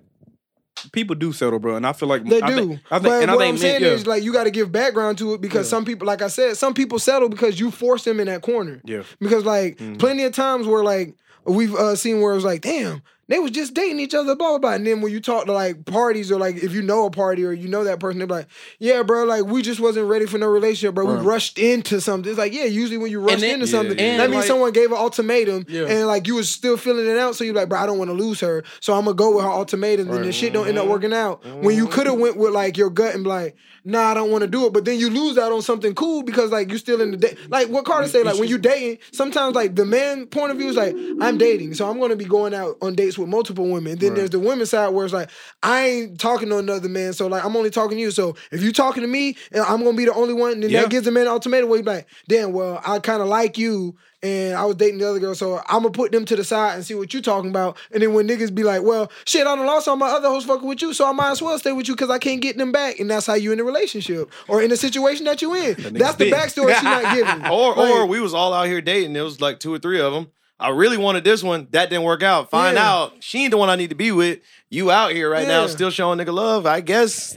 D: people do settle, bro, and I feel like
C: they
D: I
C: do.
D: Think, I think,
C: but
D: and
C: what
D: I think
C: I'm saying
D: men, yeah.
C: is like you gotta give background to it because some people, like I said, some people settle because you force them in that corner.
D: yeah. Mm-hmm.
C: Because like plenty of times where like we've uh, seen where it was like, damn, they was just dating each other, blah blah blah. And then when you talk to like parties or like if you know a party or you know that person, they're like, yeah, bro, like we just wasn't ready for no relationship, bro. We rushed into something. It's like yeah, usually when you rush
D: then-
C: into something,
D: yeah, yeah.
C: that
D: and,
C: means
D: like-
C: someone gave an ultimatum,
D: Yeah.
C: and like you was still feeling it out. So you're like, bro, I don't want to lose her, so I'm gonna go with her ultimatum, and the shit don't end up working out. When you could have went with like your gut and be like, nah, I don't want to do it, but then you lose out on something cool because like you're still in the day. Like what Carter said, like when you dating, sometimes like the man point of view is like, I'm dating, so I'm gonna be going out on dates with multiple women. Then there's the women side where it's like, I ain't talking to another man, so like I'm only talking to you. So if you talking to me, and I'm gonna be the only one, then
D: Yeah.
C: that gives the man an ultimatum where you be like, damn, well, I kind of like you and I was dating the other girl, so I'm gonna put them to the side and see what you talking about. And then when niggas be like, well, shit, I done lost all my other hoes fucking with you, so I might as well stay with you because I can't get them back. And that's how you in a relationship or in the situation that you in. that's the
D: big.
C: backstory she not giving.
B: Or,
C: Like,
B: or we was all out here dating. There was like two or three of them. I really wanted this one. That didn't work out. Find
C: Yeah.
B: out she ain't the one I need to be with. You out here right now,
C: Yeah.
B: still showing nigga love. I guess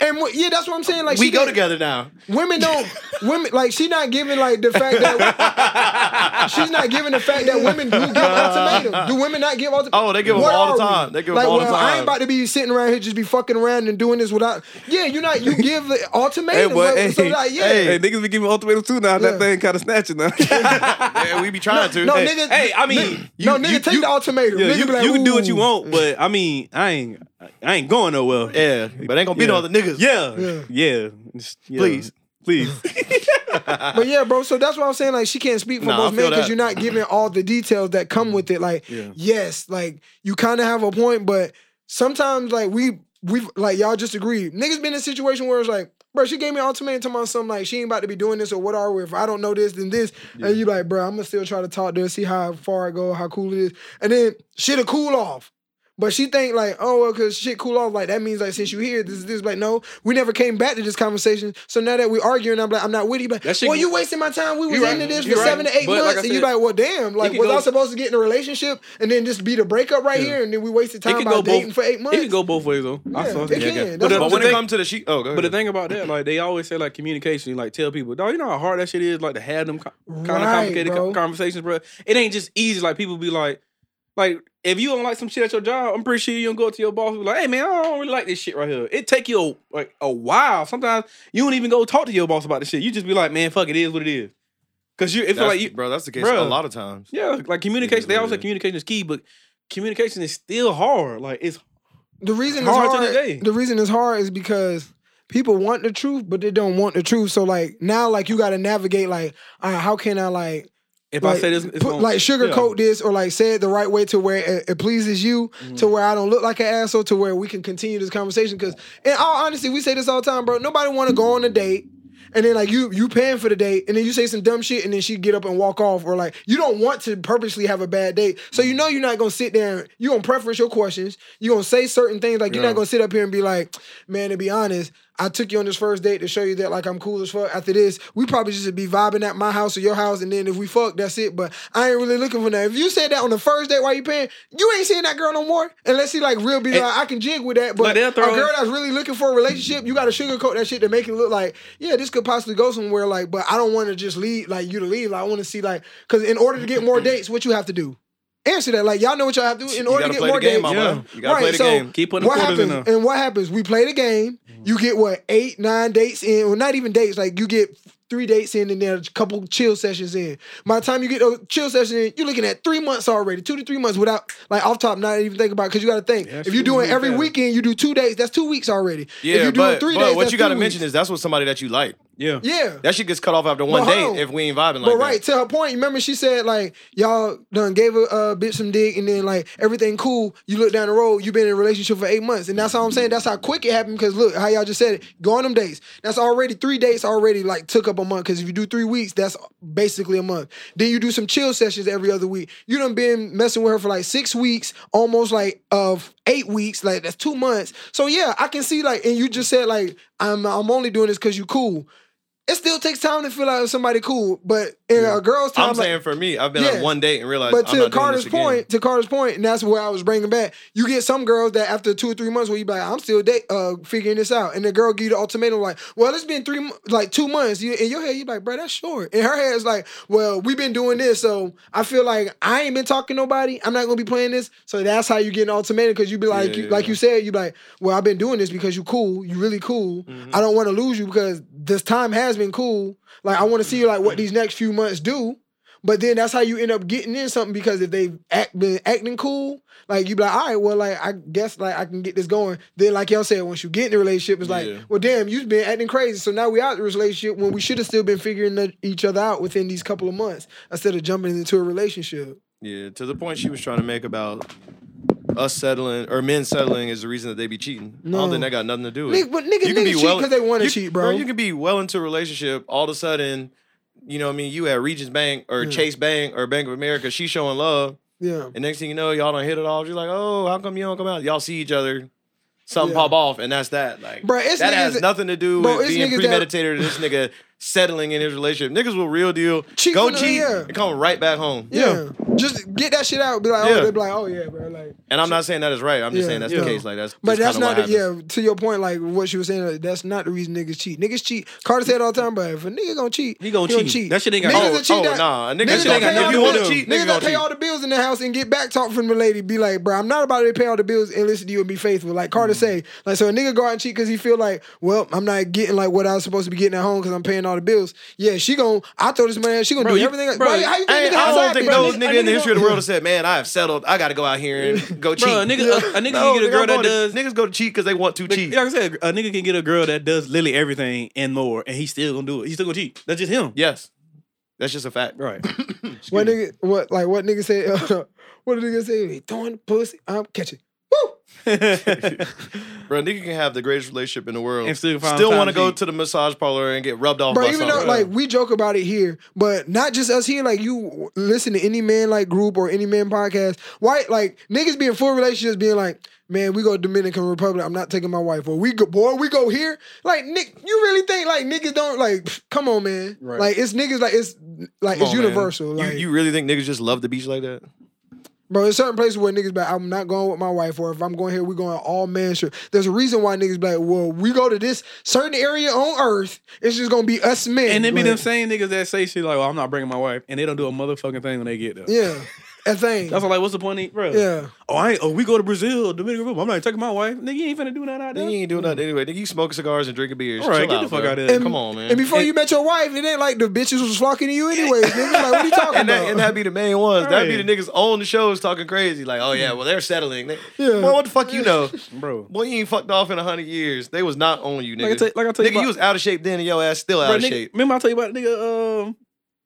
C: and what- yeah, that's what I'm saying. Like
B: we
C: she
B: go
C: did-
B: together now.
C: Women don't women like she not giving like the fact that she's not giving the fact that women do give ultimatum. Do women not give ultimatum?
B: Oh, they give 'em all the time. They give 'em
C: like,
B: all the
C: well, I
B: time.
C: ain't about to be sitting around here just be fucking around and doing this without. Yeah, you're not. You give the ultimatum.
D: Hey, boy,
C: like, so
D: hey,
C: like, yeah.
D: Hey, niggas be giving ultimatums too now.
C: Yeah.
D: That thing kind of snatching now.
B: Yeah, we be trying to.
C: No,
B: Hey,
C: nigga.
D: hey, I mean, you-
C: no, nigga,
D: you-
C: take
D: you-
C: the ultimatum.
D: Yeah,
C: nigga
D: you,
C: be like,
D: you can do what you
C: ooh.
D: want, but I mean, I ain't, I ain't going nowhere.
B: Yeah, but ain't gonna be no other niggas.
D: Yeah,
C: Yeah.
D: yeah, yeah. Just- yeah.
B: Please.
D: please.
C: But yeah, bro. So that's what I'm saying. Like, she can't speak for
B: Nah, I
C: most men
B: feel
C: because
B: that. Mm.
C: you're not giving all the details that come with it. Like, yes, like you kind of have a point, but sometimes like we we've like y'all just agree. Niggas been in a situation where it's like, bro, she gave me an ultimatum talking about something like she ain't about to be doing this or what are we? If I don't know this, then this, and you like, bro, I'm gonna still try to talk to her, see how far I go, how cool it is, and then shit'll cool off. But she think like, oh well, cause shit cool off. Like that means like since you here, this is this. Like no, we never came back to this conversation. So now that we arguing, I'm like, I'm not with you. But
D: That shit-
C: well, you wasting my time. We was
D: right.
C: into this
D: You
C: for
D: right.
C: seven to eight
D: But like
C: months,
D: I
C: and you
D: said,
C: like, well, damn, like
D: can
C: was
D: go-
C: I supposed to get in a relationship and then just be the breakup right here, and then we wasted
D: It
C: time
D: can
C: by
D: go
C: dating
D: both.
C: for eight
D: it
C: months?
D: can go both ways though. I
C: Yeah,
D: saw
C: it
D: that. But
C: can. That's
D: the-
C: what
B: But
D: the
B: when it
D: thing-
B: comes to the she, oh, go
D: But the
B: ahead.
D: thing about that, like they always say, like communication, like tell people, dog, you know how hard that shit is, like to have them kind of
C: Right,
D: complicated co-
C: bro.
D: conversations, bro. It ain't just easy. Like people be like, like if you don't like some shit at your job, I'm pretty sure you don't go to your boss and be like, hey man, I don't really like this shit right here. It take you a, like a while. Sometimes you don't even go talk to your boss about this shit. You just be like, man, fuck it is what it is. Cause you, it feel
B: That's-
D: like you,
B: bro, that's the case a
D: Bruh.
B: lot of times.
D: yeah, like communication. They
B: what
D: always
B: it
D: say
B: is.
D: communication is key, but communication is still hard. Like it's
C: The reason
D: Hard
C: it's
D: to
C: hard.
D: the day.
C: The reason it's hard is because people want the truth, but they don't want the truth. So like now, like you got to navigate. Like, all right, how can I like
D: if
C: like,
D: I say this, it's
C: put-
D: gonna-
C: like
D: yeah.
C: sugarcoat this or like say it the right way to where it, it pleases you,
D: Mm-hmm.
C: to where I don't look like an asshole, to where we can continue this conversation. Because in all honesty, we say this all the time, bro. Nobody want to go on a date. And then like you you paying for the date, and then you say some dumb shit, and then she get up and walk off, or like you don't want to purposely have a bad date, so
D: Mm-hmm.
C: you know you're not gonna sit there. And, you gonna preference your questions. You gonna say certain things like you're not gonna sit up here and be like, man. To be honest, I took you on this first date to show you that like I'm cool as fuck. After this, we probably just be vibing at my house or your house, and then if we fuck, that's it. But I ain't really looking for that. If you said that on the first date while you paying, you ain't seeing that girl no more. Unless he like real be like, I can jig with that. But
D: they'll
C: a
D: throw
C: girl
D: in-
C: that's really looking for a relationship, you gotta sugarcoat that shit to make it look like, yeah, this could possibly go somewhere. Like, but I don't want to just leave like you to leave. Like, I want to see like because in order to get more dates, what you have to do. Answer that, like y'all know what y'all have to do in
B: You
C: order to
B: gotta
C: get
B: play
C: more
B: the game,
C: dates.
B: my
D: Yeah.
B: boy. You gotta
C: Right,
B: play the
C: so-
B: game.
D: Keep putting the
C: What
D: quarters in
C: happens?
D: there.
C: And what happens? We play the game. You get what eight, nine dates in, or not even dates. Like you get three dates in, and then a couple chill sessions in. By the time you get those chill sessions in, you're looking at three months already, two to three months without like off top, not even thinking about because you got to think. if you're doing every weekend, you do two days. That's two weeks already. if
B: Yeah,
C: you're
B: but,
C: doing three
B: but
C: days,
B: what
C: that's
B: you gotta
C: three
B: mention
C: weeks.
B: is that's with somebody that you like.
D: Yeah.
C: yeah.
B: That shit gets cut off after one
C: But hold
B: date
C: on.
B: if we ain't vibing like
C: But
B: that.
C: right to her point, remember she said like y'all done gave a uh, bitch some dick and then like everything cool. You look down the road, you been in a relationship for eight months, and that's how I'm saying. That's how quick it happened. Because look how y'all just said it. Go on them dates. That's already three dates already like took up a month. Because if you do three weeks, that's basically a month. Then you do some chill sessions every other week. You done been messing with her for like six weeks, almost like of eight weeks. Like that's two months. So yeah, I can see like, and you just said like I'm I'm only doing this because you cool it still takes time to feel out if somebody cool. But in a girl's time,
B: I'm
C: like-
B: saying for me, I've been
C: Yeah.
B: on one date and realized.
C: but
B: I'm
C: to
B: not
C: Carter's
B: doing this again.
C: point, to Carter's point, and that's where I was bringing back. You get some girls that after two or three months, where you be like, I'm still date, uh, figuring this out, and the girl give you the ultimatum like, well, it's been three, mo- like two months. You, in your head, you like, bro, that's short. In her head, it's like, well, we've been doing this, so I feel like I ain't been talking to nobody. I'm not gonna be playing this. So that's how you get an ultimatum because you be like, you, like you said, you be like, well, I've been doing this because you cool, you really cool.
B: Mm-hmm.
C: I don't want to lose you because this time has been cool. Like I want to see like
B: Mm-hmm.
C: what these next few months do. But then that's how you end up getting in something because if they've act, been acting cool, like you be like, all right, well, like I guess like I can get this going. Then like y'all said, once you get in the relationship, it's like, well, damn, you've been acting crazy. So now we out the relationship when we should have still been figuring the- each other out within these couple of months instead of jumping into a relationship.
B: Yeah, to the point she was trying to make about us settling or men settling is the reason that they be cheating. I
C: No.
B: don't think that got nothing to do with
C: Nigga,
B: it.
C: but nigga, niggas cheat 'cause they wanna
B: you-
C: cheat, bro.
B: You can be well into a relationship, all of a sudden, you know what I mean? You at Regents Bank or Chase Bank or Bank of America, she's showing love.
C: Yeah.
B: And next thing you know, y'all don't hit it off. You're like, oh, how come you don't come out? Y'all see each other, something
C: Yeah.
B: pop off, and that's that. Like,
C: Bruh, it's
B: that
C: niggas
B: has
C: that-
B: nothing to do
C: Bro,
B: with
C: it's niggas
B: being
C: that-
B: premeditated. or This nigga settling in his relationship. Niggas will real deal
C: Cheat
B: go
C: when-
B: cheat
C: yeah.
B: and come right back home.
C: Yeah. Just get that shit out. Be like, oh,
B: Yeah.
C: they be like, oh yeah, bro. Like,
B: And I'm not saying that is right. I'm just
C: Yeah,
B: saying that's
C: yeah.
B: the case. Like that's
C: but
B: just
C: that's
B: kinda
C: not.
B: what
C: The, yeah.
B: happens.
C: To your point, like what she was saying, like, that's not the reason niggas cheat. Niggas cheat. Carter said all the time, but if a nigga gonna cheat,
D: He gonna cheat. That shit ain't got-
C: Niggas
D: Oh,
C: that cheat
B: oh,
C: that-
B: nah, a nigga-
C: niggas
B: that shit
C: that
B: ain't got
C: pay all the
B: nothing- if you
C: bills-
B: wanna cheat,
C: niggas
B: nigga
C: that
B: gonna
C: pay
B: cheat.
C: all the bills in the house and get back talk from the lady. Be like, bro, I'm not about to pay all the bills and listen to you and be faithful. Like
B: Mm-hmm.
C: Carter say, like so a nigga go out and cheat because he feel like, well, I'm not getting like what I was supposed to be getting at home because I'm paying all the bills. Yeah, she gonna. I told this man she gonna
D: Bro,
C: do
D: you-
C: everything.
D: bro,
C: Why- how you
B: I,
C: think
B: ain't-
C: niggas
B: I don't
C: happy,
B: think
C: bro?
B: those
D: A
B: nigga in
D: nigga
B: the history of the
D: don't-
B: world have said, "Man, I have settled. I got to go out here and go cheat."
D: Bro, a nigga, a, a nigga can
B: No,
D: get a
B: nigga,
D: girl that
B: I'm going to-
D: does.
B: niggas go to cheat because they want to cheat.
D: Like I said, a nigga can get a girl that does literally everything and more, and he's still gonna do it. He's still gonna cheat. That's just him.
B: Yes, that's just a fact.
D: Right.
C: What nigga? What like what nigga say? what did nigga say? He throwing the pussy, I'm catching. Woo!
B: Bro, nigga can have the greatest relationship in the world
D: And still
B: still,
D: find time
B: want to
D: to
B: go
D: cheat.
B: to the massage parlor and get rubbed off
C: Bro,
B: by
C: even though
B: somebody.
C: like we joke about it here, but not just us here. Like you listen to any man like group or any man podcast. Why like niggas be in full relationships being like, man, we go to Dominican Republic. I'm not taking my wife. Or we go, boy, we go here. Like Nick, you really think like niggas don't like? pff, Come on, man. Like it's niggas like it's like it's
B: Come on, man.
C: universal.
B: You-
C: Like,
B: you, really think niggas just love the beach like that?
C: Bro, there's certain places where niggas be like, I'm not going with my wife, or if I'm going here, we're going all man shit. There's a reason why niggas be like, well, we go to this certain area on earth, it's just gonna be us men.
D: And it be
C: like,
D: them same niggas that say shit like, "Well, I'm not bringing my wife," and they don't do a motherfucking thing when they get there.
C: Yeah. That thing.
D: That's all like, what's the point, of, bro?
C: Yeah.
D: Oh, I ain't, oh, we go to Brazil, Dominican Republic. I'm not taking my wife. Nigga, you ain't finna do that out
B: Nigga, you
D: there.
B: ain't doing nothing anyway. Nigga, you smoking cigars and drinking beers.
D: All right,
B: Chill
D: get
B: out,
D: the fuck
B: bro.
D: out of there.
B: Come on, man.
C: and before you met your wife, it ain't like the bitches was flocking to you anyways, nigga. Like, what are you talking
B: and that
C: about?
B: and that be the main ones. That'd be
D: Right.
B: the niggas on the shows talking crazy. Like, oh yeah, well they're settling. They,
C: Yeah.
B: Boy, what the fuck you know?
D: Bro.
B: Boy, you ain't fucked off in hundred years. They was not on you, nigga.
D: Like I tell- like I tell you
B: nigga,
D: about-
B: you was out of shape then and your ass still out
D: Bro,
B: of
D: nigga-
B: shape.
D: Remember I tell you about the nigga um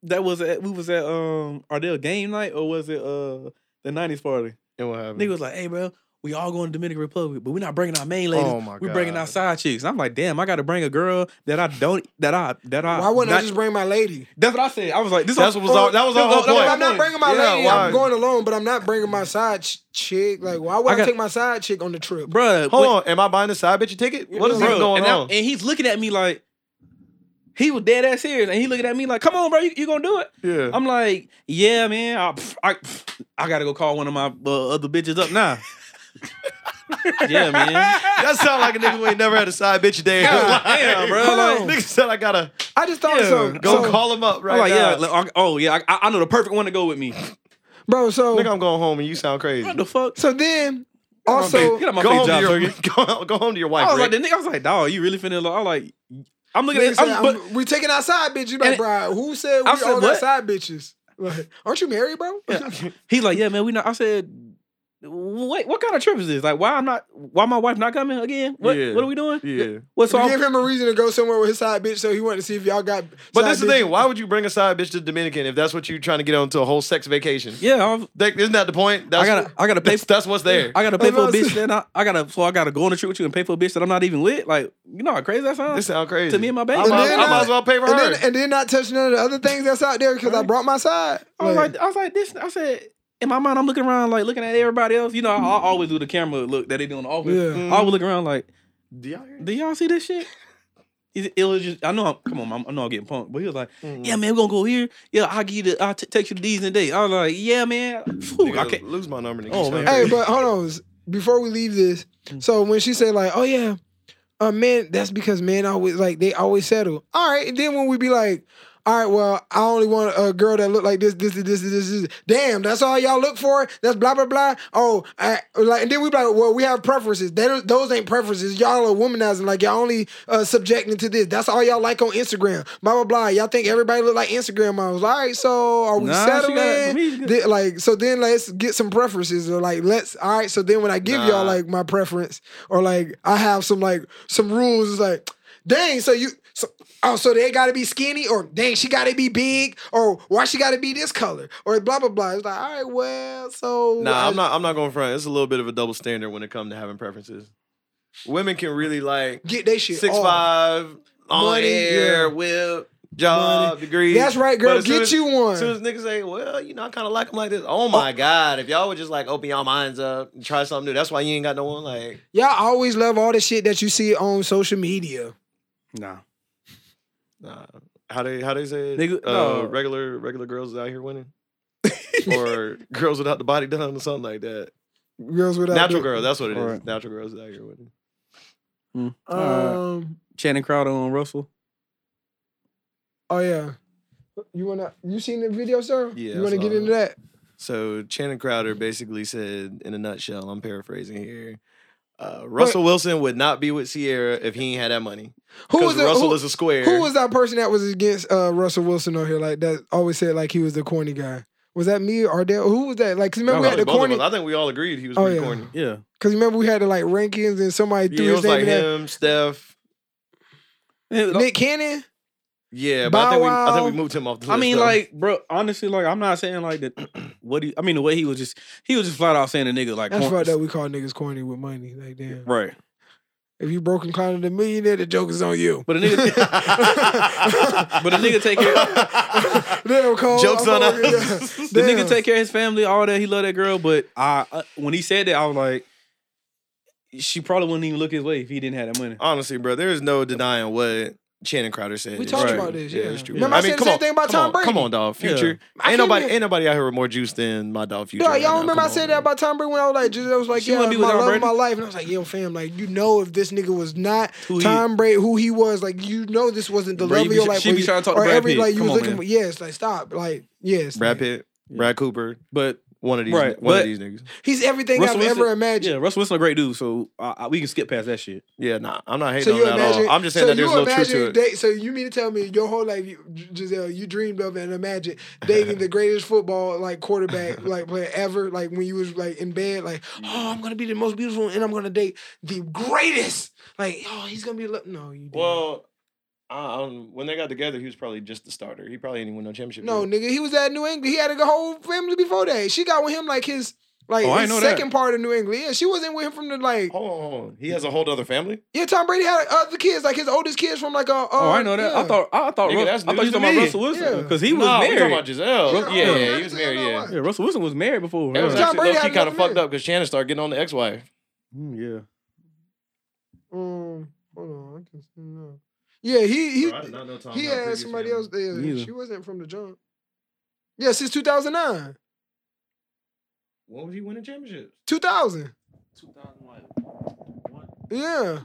D: that was at we was at um are they a game night or was it uh the nineties party?
B: And what happened?
D: Nigga was like, hey bro, we all going to Dominican Republic, but we're not bringing our main ladies.
B: Oh my
D: we're bringing
B: God.
D: our side chicks. And I'm like, damn, I got to bring a girl that I don't that I that I.
C: Why wouldn't
D: not-
C: I just bring my lady?
D: That's what I said. I was like, this.
B: That's
D: all-
B: what was all. That was
D: that's
B: all
D: all-
B: whole
D: that's all
B: point.
C: I'm not bringing my
B: Yeah,
C: lady.
B: why?
C: I'm going alone, but I'm not bringing my side ch- chick. Like, why would
D: I
C: I,
D: got-
C: take my side chick on the trip?
D: Bruh,
B: Hold
D: when-
B: on, am I buying a side bitch ticket? What is
D: Bro,
B: this going
D: and I-
B: on?
D: and he's looking at me like he was dead ass serious, and he looking at me like, "Come on, bro, you, you gonna do it?"
B: Yeah.
D: I'm like, "Yeah, man, I pff, I, pff, I gotta go call one of my uh, other bitches up now." yeah, man.
B: That sound like a nigga who ain't never had a side bitch day. in his
D: God
B: life.
D: damn, bro,
C: like-
B: nigga said I gotta
C: I just thought
D: Yeah,
C: so.
B: go
C: so-
B: call him up right
D: I'm like,
B: now.
D: yeah, like, I- oh yeah, I, I know the perfect one to go with me.
C: bro.
D: oh.
C: So
B: nigga, I'm going home and you sound crazy.
D: What the fuck?
C: so then also
D: get out my
B: Go
D: face,
B: home,
D: job,
B: to your,
D: turkey.
B: go, go home to your
D: I
B: wife.
D: was like,
B: Rick.
D: the nigga, I was like, dog, you really finna? Look? I was like, I'm looking
C: nigga
D: at,
C: said,
D: I'm, but
C: I'm- we taking our side bitch. You like,
D: And-
C: bro, who said we
D: I said,
C: all got
D: what?
C: side bitches? Like, aren't you married, bro?
D: He's like, yeah, man, we not. I said, wait, what kind of trip is this? Like, why I'm not? Why my wife not coming again? What?
B: Yeah.
D: What are we doing?
B: Yeah.
D: What's
C: So
D: all?
C: give him a reason to go somewhere with his side bitch, so he wanted to see if y'all got.
B: But
C: side
B: this is the
C: bitches.
B: thing. Why would you bring a side bitch to Dominican if that's what you're trying to get onto a whole sex vacation?
D: Yeah, I'm,
B: Like, isn't that the point? That's,
D: I gotta. I gotta pay.
B: that's,
D: For,
B: that's what's there.
D: I gotta pay for a
C: That's what I
D: bitch. Then
C: said.
D: I, I gotta. So I gotta go on a trip with you and pay for a bitch that I'm not even with. Like, you know how crazy that sounds.
B: this sound crazy.
D: To me and my baby.
B: I
D: And
B: might,
C: then
B: I might
C: I-
B: as well pay for
C: And
B: her.
C: then, and then not touch none of the other things that's out there because I brought my side.
D: I was
C: Like,
D: like, I was like this. I said. In my mind, I'm looking around, like looking at everybody else. You know, I, I always do the camera look that they do in the office.
C: Yeah.
D: I was looking around, like,
B: Do y'all hear-
D: Do y'all see this shit? It, it was just, I know, I'm, come on, I'm, I know I'm getting punked, but he was like,
B: Mm-hmm.
D: yeah, man, we're gonna go here. Yeah, I'll give you the, I'll t- take you to these and they. I was like, yeah, man. Phew, I
B: Nigga,
D: can't.
B: lose my number. Nigga.
D: Oh,
B: You
D: man.
B: sound
C: hey, but hold on. Before we leave this, so when she said like, "Oh yeah, uh, men," that's because men always like they always settle. All right, and then when we be like, "All right, well, I only want a girl that look like this, this, this, this, this, this." Damn, that's all y'all look for. That's blah blah blah. Oh, I, like, and then we be like, "Well, we have preferences. They don't- those ain't preferences. Y'all are womanizing. Like y'all only uh, subjecting to this. That's all y'all like on Instagram. Blah blah blah. Y'all think everybody look like Instagram models. All right, so are we
D: Nah, she got-
C: settling?
D: me-
C: Th- like so then let's get some preferences or like let's all right so then when i give
B: Nah.
C: y'all like my preference or like i have some like some rules it's like dang so you so oh so they gotta be skinny or dang she gotta be big or why she gotta be this color or blah blah blah it's like all right well so
B: Nah,
C: I-
B: I'm not. I'm not going front. It's a little bit of a double standard when it comes to having preferences. Women can really like
C: get that shit
B: six
C: off.
B: five on
C: Money,
B: air,
C: yeah.
B: whip, job, degree.
C: That's right, girl.
B: But as soon
C: Get
B: as-
C: you one.
B: As soon as niggas say, "Well, you know, I kind of like them like this." Oh my god! If y'all would just like open y'all minds up and try something new, that's why you ain't got no one. Like,
C: y'all always love all the shit that you see on social media
D: Nah.
B: nah. How they how they say it?
D: Nigga,
B: uh,
D: no.
B: regular regular girls is out here winning, or girls without the body done or something like that.
C: girls without
B: Natural
C: the-
B: girls, that's what it is.
D: Alright.
B: Natural girls is out here winning.
C: um
D: Channing Crowder on Russell.
C: oh yeah you wanna you seen the video sir
B: Yeah,
C: you
B: I
C: wanna
B: saw
C: get into
B: it.
C: that
B: So Channing Crowder
C: Mm-hmm.
B: basically said, in a nutshell, I'm paraphrasing here. Uh, Russell Wilson would not be with Sierra if he ain't had that money.
C: who
B: Because
C: was the-
B: Russell
C: who-
B: is a square.
C: Who was that person that was against uh, Russell Wilson on here? Like that always said like he was the corny guy. Was that me or Dale? Who was that? Like, 'cause remember
B: I
C: we
B: think
C: had the
B: both of
C: corny.
B: us- I think we all agreed he was
C: Oh,
B: pretty
C: yeah.
B: corny.
D: Yeah.
C: Because remember we had the like rankings and somebody
B: Yeah,
C: threw
B: it
C: his
B: was
C: name
B: like
C: in there.
B: him, Steph.
C: Nick Cannon.
B: Yeah, but I think, we, I think
C: Bow Wow.
B: we moved him off the list.
D: I mean,
B: though.
D: like, bro, honestly, like, I'm not saying like that. What do you, I mean, the way he was just, he was just flat out saying a nigga, like,
C: That's
D: corn-
C: right. That we call niggas corny with money. Like, damn.
D: right.
C: If you broke and climbed a millionaire, the joke is on you.
D: But a nigga, but a nigga take care,
C: Damn, Cole.
B: Joke's
C: I'm
B: on
C: over here.
B: us.
D: the
C: Damn.
D: nigga take care of his family, all that. He love that girl, but I, uh, when he said that, I was like, she probably wouldn't even look his way if he didn't have that money.
B: honestly, bro, there is no denying what Channing Crowder said.
C: We
B: It's
C: talked
B: true.
C: about this, yeah.
B: it's true.
C: Remember I said the same thing about
B: come
C: Tom
B: on, Come
C: Brady?
B: on, dog. Future.
C: I
B: Ain't
C: can't
B: nobody,
C: even-
B: ain't nobody out here with more juice than my dog. Future.
C: Yo,
B: right
C: y'all
B: now.
C: remember I
B: Come
C: said
B: on,
C: that
B: man.
C: about Tom Brady when I was like, just, I was like,
D: She
C: yeah,
D: wanna be
C: my
D: with Tom
C: love of
D: Brady?
C: my life, and I was like, yo, fam, like you know, if this nigga was not
D: Who he-
C: Tom Brady, who he was, like you know, this wasn't the
D: Bro, you
C: love of
D: be-
C: your life.
D: she
C: or
D: be
C: you-
D: trying to talk to
C: or
D: Brad
C: every
D: Pitt.
C: like you
D: Come
C: was
D: on,
C: looking
D: man.
C: for. Yes, like stop, like yes,
B: Brad
C: man.
B: Pitt, Brad Cooper,
D: But
B: one of these,
D: Right,
B: one
D: but-
B: of these niggas.
C: He's everything
D: Russell
C: I've
D: Wilson-
C: ever imagined.
D: Yeah, Russell Wilson a great dude, so uh, uh, we can skip past that shit.
B: Yeah, nah, I'm not hating
C: So
B: on
C: you
B: that at
C: imagine?
B: all. I'm just saying
C: so
B: that there's
C: you
B: no truth
C: imagine
B: to it.
C: Date, so you mean to tell me your whole life, you, Giselle, you dreamed of and imagined dating the greatest football like quarterback like player ever? Like when you was like in bed, like oh, I'm gonna be the most beautiful and I'm gonna date the greatest. Like oh, he's gonna be lo-. no, you didn't.
B: Well, I, um, when they got together, he was probably just the starter. He probably didn't even win no championship.
C: no,
B: either.
C: nigga, he was at New England. He had a whole family before that. She got with him like his Like
D: Oh, I
C: his
D: know that.
C: second part of New England. Yeah, she wasn't with him from the like.
B: Hold on, hold on. He has a whole other family.
C: Yeah, Tom Brady had other kids, like his oldest kids from like a. Uh,
D: Oh, I know that.
C: yeah.
D: I thought I thought
B: Nigga,
D: Rus-
B: that's
D: I thought you
B: news to
D: talking about
B: me.
D: Russell Wilson
C: Yeah.
D: because he was
B: Nah, we talking
D: married.
B: about Giselle.
C: Yeah,
B: Yeah,
C: oh,
B: yeah,
C: yeah,
B: he was married.
C: yeah,
B: Yeah,
C: no,
D: yeah, Russell Wilson was married before.
B: that was
D: right?
C: Tom
B: actually
C: Brady
B: low key
C: had
B: kind of
C: nothing
B: fucked
C: to do.
B: up because Shannon started getting on the ex-wife.
D: Mm, yeah.
C: Um, hold on, I can see now. Yeah, he he he had somebody else there.
D: Neither.
C: She wasn't from the jump. Yeah, since 2009,
B: When was he winning championships?
C: 2000. Yeah, yeah,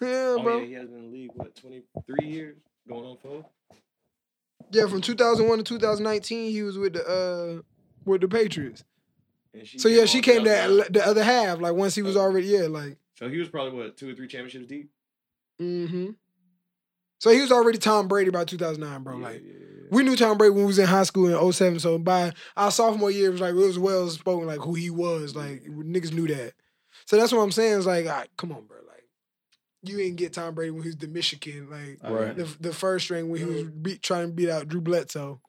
B: Oh,
C: bro.
B: yeah, he has been in the league what twenty three years, going on four.
C: Yeah, from 2001 to 2019, he was with the uh with the Patriots.
B: And
C: So yeah,
B: came
C: she
B: off
C: came
B: the
C: that
B: outside.
C: le- the other half, like once he was
B: Okay.
C: already yeah, like
B: So he was probably what two or three championships deep.
C: mm-hmm. So he was already Tom Brady by 2009, bro.
B: Yeah,
C: Like
B: yeah, yeah.
C: we knew Tom Brady when we was in high school in 07. So by our sophomore year, it was like it was well spoken, like who he was, like niggas knew that. So that's what I'm saying. It's like, all right, come on, bro. Like you didn't get Tom Brady when he was the Michigan, like
D: Right.
C: the, the first string when he was beat, trying to beat out Drew Bledsoe.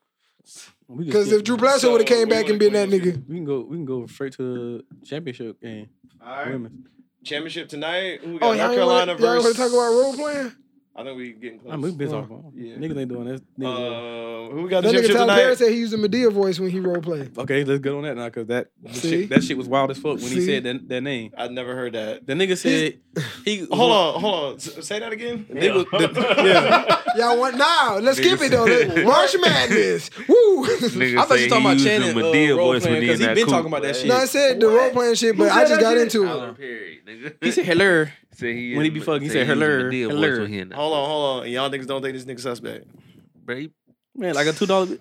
D: We just
C: Because
D: get-
C: if Drew Bledsoe would have
B: So,
C: came
B: we
C: back
B: wanna
C: and been that
B: quit with
C: nigga.
D: we can go, we can go straight to the championship game.
B: All right,
D: Women,
B: championship tonight. Who we got?
C: Oh,
B: North
C: y'all
B: Carolina
C: want to
B: versus.
C: talk about role playing?
B: I think we getting close.
D: I mean, we been
C: Well,
D: talking.
B: yeah.
D: Yeah. Niggas ain't doing this. Niggas
B: Uh, who we got
C: That
B: the
C: nigga
B: championship
C: Tyler
B: tonight?
C: Perry said he used a Medea voice when he role played.
D: okay, let's get on that now because that the
C: See?
D: shit, that shit was wild as fuck when he
C: See?
D: said that, that name.
B: I never heard that.
D: The nigga said he.
B: Hold on, hold on. S- Say that again.
D: The nigga, the, yeah.
C: Y'all want now? Let's skip it though. Let- March Madness. Woo.
D: I thought you talking about Channing uh, role playing because he been talking about that shit.
C: no, I said the role playing shit, but I just got into it.
E: Period, nigga.
D: he said hello.
E: Say he
D: When he be fucking, he said, "Hello, hello."
B: Hold on, hold on. And y'all niggas don't think this nigga suspect.
D: Man, like a two dollar.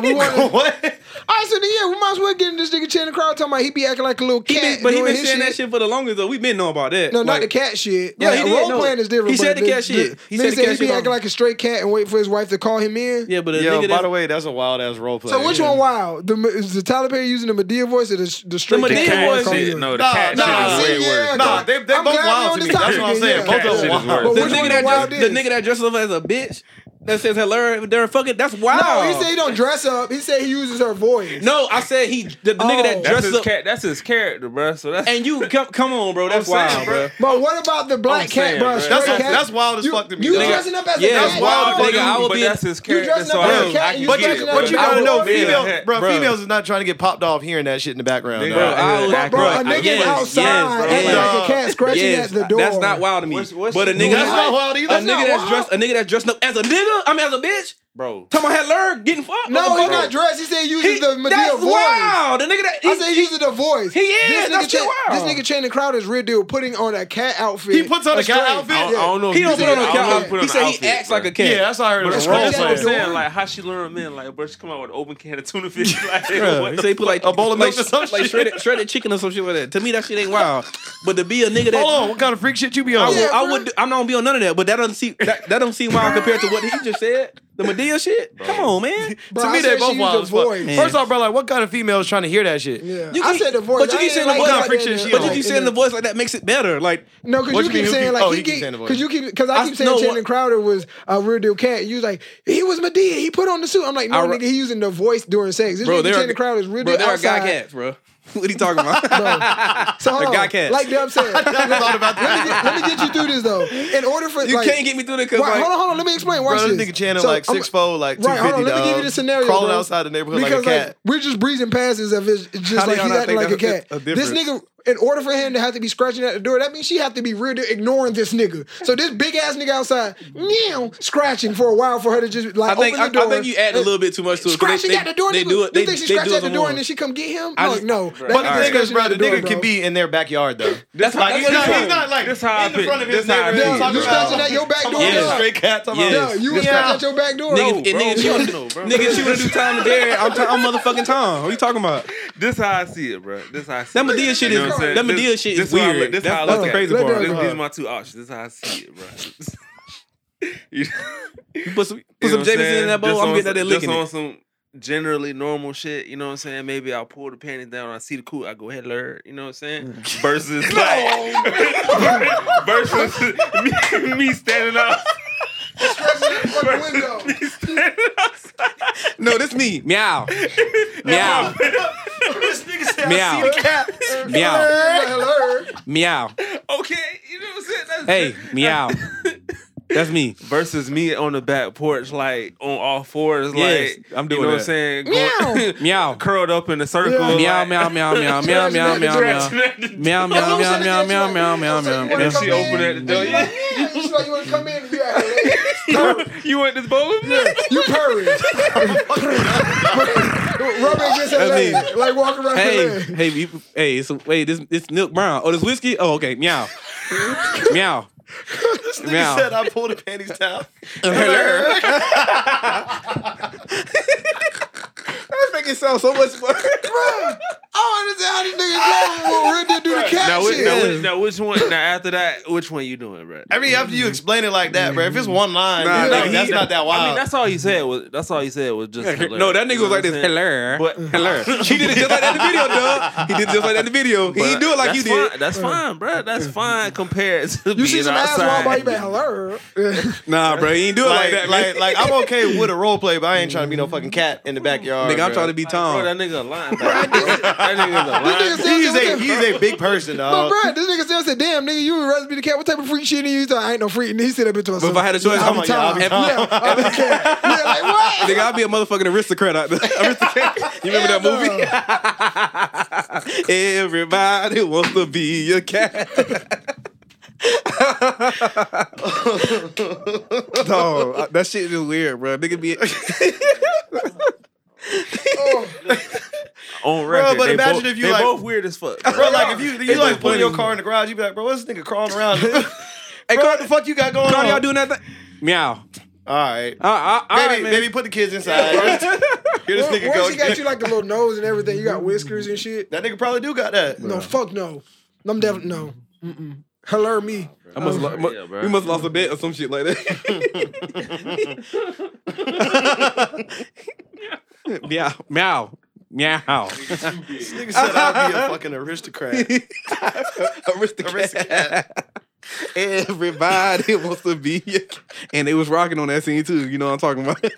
C: we want. All
B: what?
C: right, so then yeah, we might as well get in this nigga Channing Crowd talking about he be acting like a little
D: He
C: cat.
D: been, but he
C: doing
D: been
C: his
D: saying that shit for the longest though. We been know about that.
C: No,
D: Like,
C: not the cat shit.
D: Yeah,
C: like,
D: he did,
C: role
D: no.
C: playing is different.
D: He
C: but
D: said the cat shit. He
C: nigga
D: said the cat
C: he
D: shit
C: be
D: on-
C: acting like a straight cat and wait for his wife to call him in.
D: Yeah, but a
B: Yo,
D: nigga
B: by
D: that's
B: the way, that's a wild ass role play.
C: So which one wild? The is the Tyler Perry using the Medea voice or the the straight
D: Madea
C: cat?
D: voice.
C: calling
D: Shit,
C: in?
E: No, the
B: Nah,
E: cat
B: nah,
E: shit
C: see,
E: is way
C: yeah,
E: worse.
B: Nah, they, they
C: I'm
B: both
C: glad we on
B: wild to me.
C: this
B: That's
C: topic
B: what I'm saying.
C: again, yeah.
B: Both of them
E: Cat shit is worse.
B: wild.
C: But
D: The
C: which
D: nigga,
C: one
D: that
C: wild
D: dress, the
C: is?
D: nigga that dresses up as a bitch that says hello during fucking that's wild.
C: No, he said he don't dress up. He said he uses her voice.
D: No, I said he the, the nigga that
C: Oh.
E: That's
D: dresses
E: his
D: up
E: cat. That's his character, bro. So that's
D: and you come come on, bro. That's
E: I'm saying,
D: wild,
E: bro.
D: bro.
C: But what about the black
E: I'm
C: cat,
E: saying,
C: bro?
E: bro.
C: Straight
B: That's,
C: cat?
B: that's wild as
C: you,
B: fuck to me.
C: You
B: dog.
C: dressing up as
D: Yeah,
C: a cat?
D: that's wild
C: bro.
D: as fuck. Nigga, I would
E: but
D: be-
E: that's his
C: You
E: character.
C: dressing
E: so
C: up as
E: I-
C: a cat
E: I
C: and
E: can
C: you
B: But
E: get
B: you,
C: dressing
E: it,
C: up
B: but
E: bro.
C: as
B: you
C: a
B: gotta
C: dog.
B: know,
E: Yeah.
B: female,
E: Yeah.
B: bro,
E: Bro.
B: females is not trying to get popped off hearing that shit in the background.
E: Nigga,
B: dog.
D: I would-
C: Bro, bro, a
D: Yes,
C: nigga
D: yes,
C: outside
D: yes,
C: acting
D: yes,
C: like a cat scratching
D: yes,
C: at the door.
D: That's not wild to me.
E: What's- what's
D: but a
E: the-
D: nigga,
B: That's not
D: like-
B: wild either.
D: a
C: That's
D: nigga
C: not
D: that's
C: wild.
D: dressed, a nigga that's dressed up as a nigga. I mean, as a bitch,
E: bro.
D: Talking about Hitler getting fucked.
C: No, he
D: motherfucker.
C: not dressed. He said he
D: He-
C: uses the Medea
D: that's
C: voice.
D: wild. The nigga that
C: I said he uses the voice.
D: he is.
C: This nigga,
D: That's
C: Chan-
D: too wild.
C: this nigga Channing Crowder is real deal putting on a cat outfit.
B: He puts on a cat
C: straight.
B: outfit? I
E: I don't know.
D: he don't put on a
C: I don't know if he
D: cat.
C: put
D: He said he acts like a cat.
B: Yeah, that's what I heard.
E: But
B: It
E: that's
B: was
C: what
B: role
C: I'm
B: play.
C: saying.
E: saying. Like how she learned men. Like, bro, she come out with an open can of tuna fish. Like,
D: Bruh,
E: what
D: he
E: the
D: said he put like
B: A bowl of
D: like,
B: milk or some
D: like
B: shit.
D: shredded, shredded chicken or some shit like that. To me, that shit ain't wild. But to be a nigga that
B: Hold on, what kind of freak shit you be on?
D: I, would,
C: Yeah,
D: I
C: bruh.
D: would, I'm not gonna be on none of that. But that doesn't see that, that don't seem wild compared to what he just said. The Medea shit. Come on, man.
C: Bro,
B: to
C: I
B: me,
C: said
B: they
C: she
B: both
C: used
B: wild
C: the
B: as fuck.
C: voice.
B: First off, bro, like, what kind of female is trying to hear that shit?
C: Yeah.
D: You
C: I
D: keep-
C: said the voice.
D: but you
C: I
D: keep
C: ain't
D: saying the
C: like
D: voice.
C: that
B: What kind of freak shit she
D: But
B: on?
D: you keep saying the voice like that makes it better. Like
C: No, because
B: What
C: you
B: you
C: keep
B: mean, who
C: saying
B: keep-
C: like
B: oh,
C: he
B: he keep
C: get
B: saying the voice.
C: because you keep because I
D: I
C: keep saying
D: know
C: Channing
D: what-
C: Crowder was a real deal cat. You was like he was Medea. He put on the suit. I'm like no
D: I re-
C: nigga. He using the voice during sex. This
D: bro,
C: nigga
D: there are
C: Channing Crowder is real
D: bro,
C: deal
D: there are guy
C: outside.
D: cats, bro. What are you talking about?
C: Bro. So hold
D: They're
C: on.
D: guy cats.
C: Like Dub said, let, me get, let me get you through this though. In order for
D: You
C: like,
D: can't get me through the cause
C: Right,
D: like,
C: hold on, hold on. Let me explain. Watch
B: Bro, this
C: this
B: nigga Channing
C: So,
B: like
C: I'm-
B: six four, like two
C: Right,
B: fifty.
C: hold on. Let me give you the scenario.
B: Crawling
C: bro.
B: outside the neighborhood
C: because
B: like a cat.
C: we're just breezing past as if it's it's just
D: How do
C: like
D: y'all
C: he's
D: not
C: acting like
D: think
C: a cat.
D: that's a- a
C: this nigga, in order for him to have to be scratching at the door, that means she have to be real to ignoring this nigga. So this big ass nigga outside, meow, scratching for a while for her to just
D: I
C: like
D: think I,
C: open the
D: I
C: door.
D: think you add a little bit too much to it. 'cause
C: Scratching
D: they,
C: at the door,
D: they,
C: nigga.
D: they do it. They,
C: you think she
D: they
C: scratch
D: do
C: at
D: it
C: the
D: on
C: door
D: one.
C: and then she come get him?
D: I
C: Like,
D: just-
C: no,
D: Bro,
C: that
B: But
C: nigga
B: the thing is,
C: scratching
B: bro,
C: at
B: the
C: door,
B: nigga
C: bro.
B: can be in their backyard though.
E: That's
B: Like
E: how-
B: he's
E: that's
B: not,
E: how-
B: he's not like
E: that's how I
B: in the
E: pick-
B: front of his
E: that's how I
B: neighborhood.
E: pick.
B: talking
C: You
B: about-
C: scratching at your back
B: talking
C: door,
B: about
D: dog.
B: Straight cat. talking
D: Yes.
B: about-
C: Yeah, you was scratching
B: Yeah.
C: at your back door.
D: Nigga,
E: bro,
D: nigga,
E: we
D: she wanna,
E: don't know, bro.
D: nigga, she wanna do time to dare. I'm, t- I'm motherfucking Tom. What are you talking about?
E: This how I see it, bro. This how I see
D: That
E: it.
D: Madea shit
E: You know
D: is-
E: what I'm saying?
D: that Madea
E: This-
D: shit is
E: this how I look-
D: weird.
E: This
D: That's-
E: how I
D: that's
E: look
D: the
E: at
D: crazy
E: it.
D: part.
E: This-
C: Let
E: These are my two options. This how I see it, bro. You
D: You put some,
E: know
D: put some
E: what I'm
D: Jameson in
E: saying?
D: that bowl.
E: Just
D: I'm
E: on
D: getting that there
E: some-
D: licking.
E: Just on
D: it.
E: some generally normal shit. You know what I'm saying? Maybe I'll pull the panties down. I see the cool. I go head alert. You know what I'm saying?
D: Mm.
E: Versus like versus me, me standing up.
C: Fucking window.
E: Me standing outside.
D: No, this me. Meow. Meow.
E: this nigga said
D: Meow. Meow.
C: Hello.
D: Meow.
E: Okay, you know what I'm saying? That's
D: Hey, meow. That's me.
E: versus me on the back porch, like on all fours,
D: Yes,
E: like
D: I'm doing
E: you know what
D: that.
E: I'm saying? Going-
D: Meow.
E: curled up in a circle.
C: Yeah.
D: Meow, meow,
E: like-
D: meow, meow, meow, meow, meow, meow. Meow, meow, meow, meow, meow, meow, meow, meow,
E: And
D: meow.
E: if she opened at the door,
C: Yeah,
E: yeah.
C: she's like, you want to come in? You out here.
E: You went to the bowling?
C: You purring. Rubbing against her
D: That's me.
C: leg. Like walking around her
D: Hey,
C: leg.
D: hey, you, hey, it's, wait, this this milk brown. Oh, this whiskey? Oh, okay. Meow. meow.
B: This nigga
D: Meow.
B: said I pulled a panties down.
D: That nigga sounds so much fun.
C: How these niggas know when Red did do the cat
E: Now, which,
C: shit?
E: now, which, now, which one? Now, after that, which one you doing, bro?
B: I mean, after you explain it like that, bro, if it's one line,
D: Nah,
B: then, like,
D: nigga,
B: that's
D: he-
B: not that wild.
E: I mean, that's all he said was. That's all he said was just. Hilarious.
D: no, that nigga was like this.
E: You know what
D: Hello.
E: But-
D: Hello. He did it just like that in the video, dog. He did it just like that in the video. He
E: I'm saying?
D: didn't do it like
E: that's
D: you did.
E: Fine. That's fine, bro. That's fine compared to
C: You
E: being
C: see some ass
E: outside.
C: walk by, you be like, hello.
D: Nah, bro. He ain't do it like,
B: like,
D: that, man.
B: like, like, I'm okay with a role play, but I ain't trying to be no fucking cat in the backyard.
D: nigga, I'm
B: bro.
D: trying to be
E: Bro,
D: Tom.
E: that nigga a linebacker. that nigga's a linebacker.
C: This nigga said,
B: He's
C: what
B: a
C: the-
B: he's a big person,
D: Uh,
C: But
B: dog.
C: bro, this nigga still said, "Damn, nigga, you would rather be the cat. What type of freak shit are you?" He's like, I ain't no freak. And he said that bitch to
D: But
C: myself.
D: if I had a choice,
C: I'm
D: I'm
C: a Tom.
B: yeah, I'm a
C: Yeah, I'm a cat. Yeah, like what?
D: Nigga, I'll be a motherfucking aristocrat out there. Aristocrat. You remember that movie? Everybody wants to be a cat. Dog, I- that shit is weird, bro. Nigga be
E: on record.
B: but
E: they
B: imagine
E: both,
B: if you
E: they
B: like-
E: both weird as fuck.
B: Bro, like if you you like pull your car in the garage, you be like, bro, what's this nigga crawling around? hey, bro, what the fuck you got going
D: Cardi, y'all
B: on?
D: doing that thing? Meow.
B: All right,
D: Uh, uh, all right,
B: baby,
D: man.
B: baby, put the kids inside. Here this nigga
C: Once
B: go.
C: she got you like a little nose and everything, you got whiskers and shit.
B: That nigga probably do got that.
C: No, fuck no. I'm definitely no. Mm-mm. Hello, me.
D: I must, lo- mu-
E: Yeah, bro.
D: we must lost a bet or some shit like that. meow, meow, meow.
B: This nigga said I'd be a fucking aristocrat.
D: Aristocrat. Everybody wants to be, a cat. and they was rocking on that scene too. You know what I'm talking about?
C: Me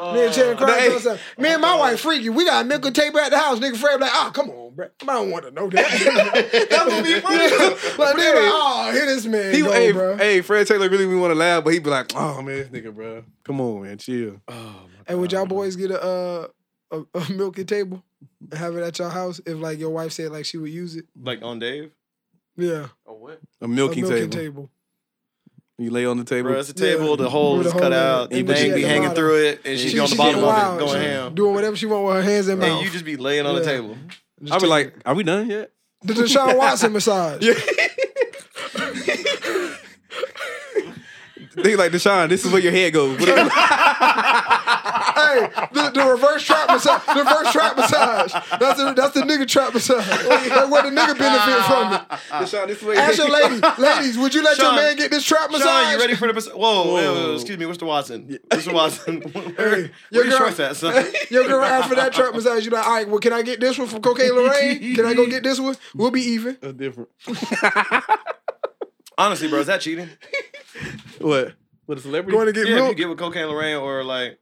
C: and
B: Uh,
C: Chan
D: Hey.
C: crying to myself. Me and my wife freaky. We got milk and tape at the house. Nigga Fred be like, ah, come on, bro. I don't want to know that.
B: that would be funny.
C: like, they like, oh, hit this man.
D: He,
C: go,
D: hey,
C: bro.
D: hey, Fred Taylor really we want to laugh, but he be like, "Oh man, this nigga, bro, come on, man, chill."
C: And would y'all boys get a uh, a, a milk and table and have it at your house if like your wife said like she would use it?
B: Like on Dave,
C: Yeah,
D: A
C: a
D: milking table.
C: milking table.
D: You lay on the table.
B: bro, it's a table. The hole
C: With
B: is
C: the
B: cut
C: hole in it.
B: out. You
C: And but she
B: bang,
C: at
B: be
C: the
B: hanging
C: bottom.
B: through it, and
D: She-
B: she, be on the
D: she
B: bottom
D: getting
B: of it,
D: wild.
B: going
C: She
B: ham.
C: doing whatever she want with her hands and mouth.
B: And you just be laying on the
C: Yeah.
B: table.
D: I be like, "Are we done yet?"
C: the Deshaun Watson massage.
D: They like Deshaun. This is where your head goes. What if-
C: Hey, the, the reverse trap massage. The reverse trap massage. That's the that's the nigga trap massage. Like where the nigga benefit from it.
D: Deshaun, this is where your
C: Ask
D: head
C: your lady, ladies, would you let
B: Sean,
C: your man get this trap massage?
B: Sean, you ready for the pers- Whoa,
D: Whoa.
B: whoa, excuse me, Mr. Watson. Mr. Watson, where,
C: your
B: where your
C: girl-
B: shorts at, son?
C: Your girl asked for that trap massage. You like, all right, well, can I get this one from Cocaine Lorraine? Can I go get this one? We'll be even.
D: goes. different.
B: Honestly, bro, is that cheating?
D: What? What a celebrity?
C: Going to get
B: Yeah, if you
C: milk.
B: get with Cocaine Lorraine or like,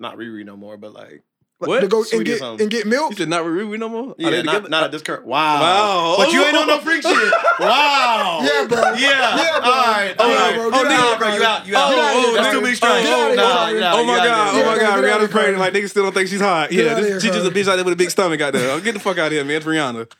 B: not Riri no more, but like,
D: what?
C: To go and
B: Sweet or
C: get
B: something.
C: and get milk.
D: you said not with Ruby no more. Are
B: yeah,
D: they
B: not,
D: together?
B: not at this current. Wow.
D: Wow.
B: But you ain't on no freak shit. Wow.
C: Yeah, bro.
B: Yeah.
C: Yeah, bro.
B: All right. All
C: Yeah,
B: right.
C: bro.
B: Oh,
C: Get out
B: nah,
C: of
B: bro.
C: here,
B: You out. You out.
C: Get out of
B: Oh,
C: here,
B: that's too
C: bro.
B: many strikes.
C: Get out of
B: Oh,
C: here,
B: nah,
C: bro.
B: nah,
D: Oh my
B: you out
D: god!
B: of
D: Oh
B: here.
D: my
C: Get out
D: god!
C: of here,
D: Rihanna's
C: Cardi.
D: pregnant. Like niggas still don't think she's hot. Yeah,
C: out of
D: this, she
C: here,
D: just a bitch out there with a big stomach out there. Get the fuck out of here, man. It's Rihanna.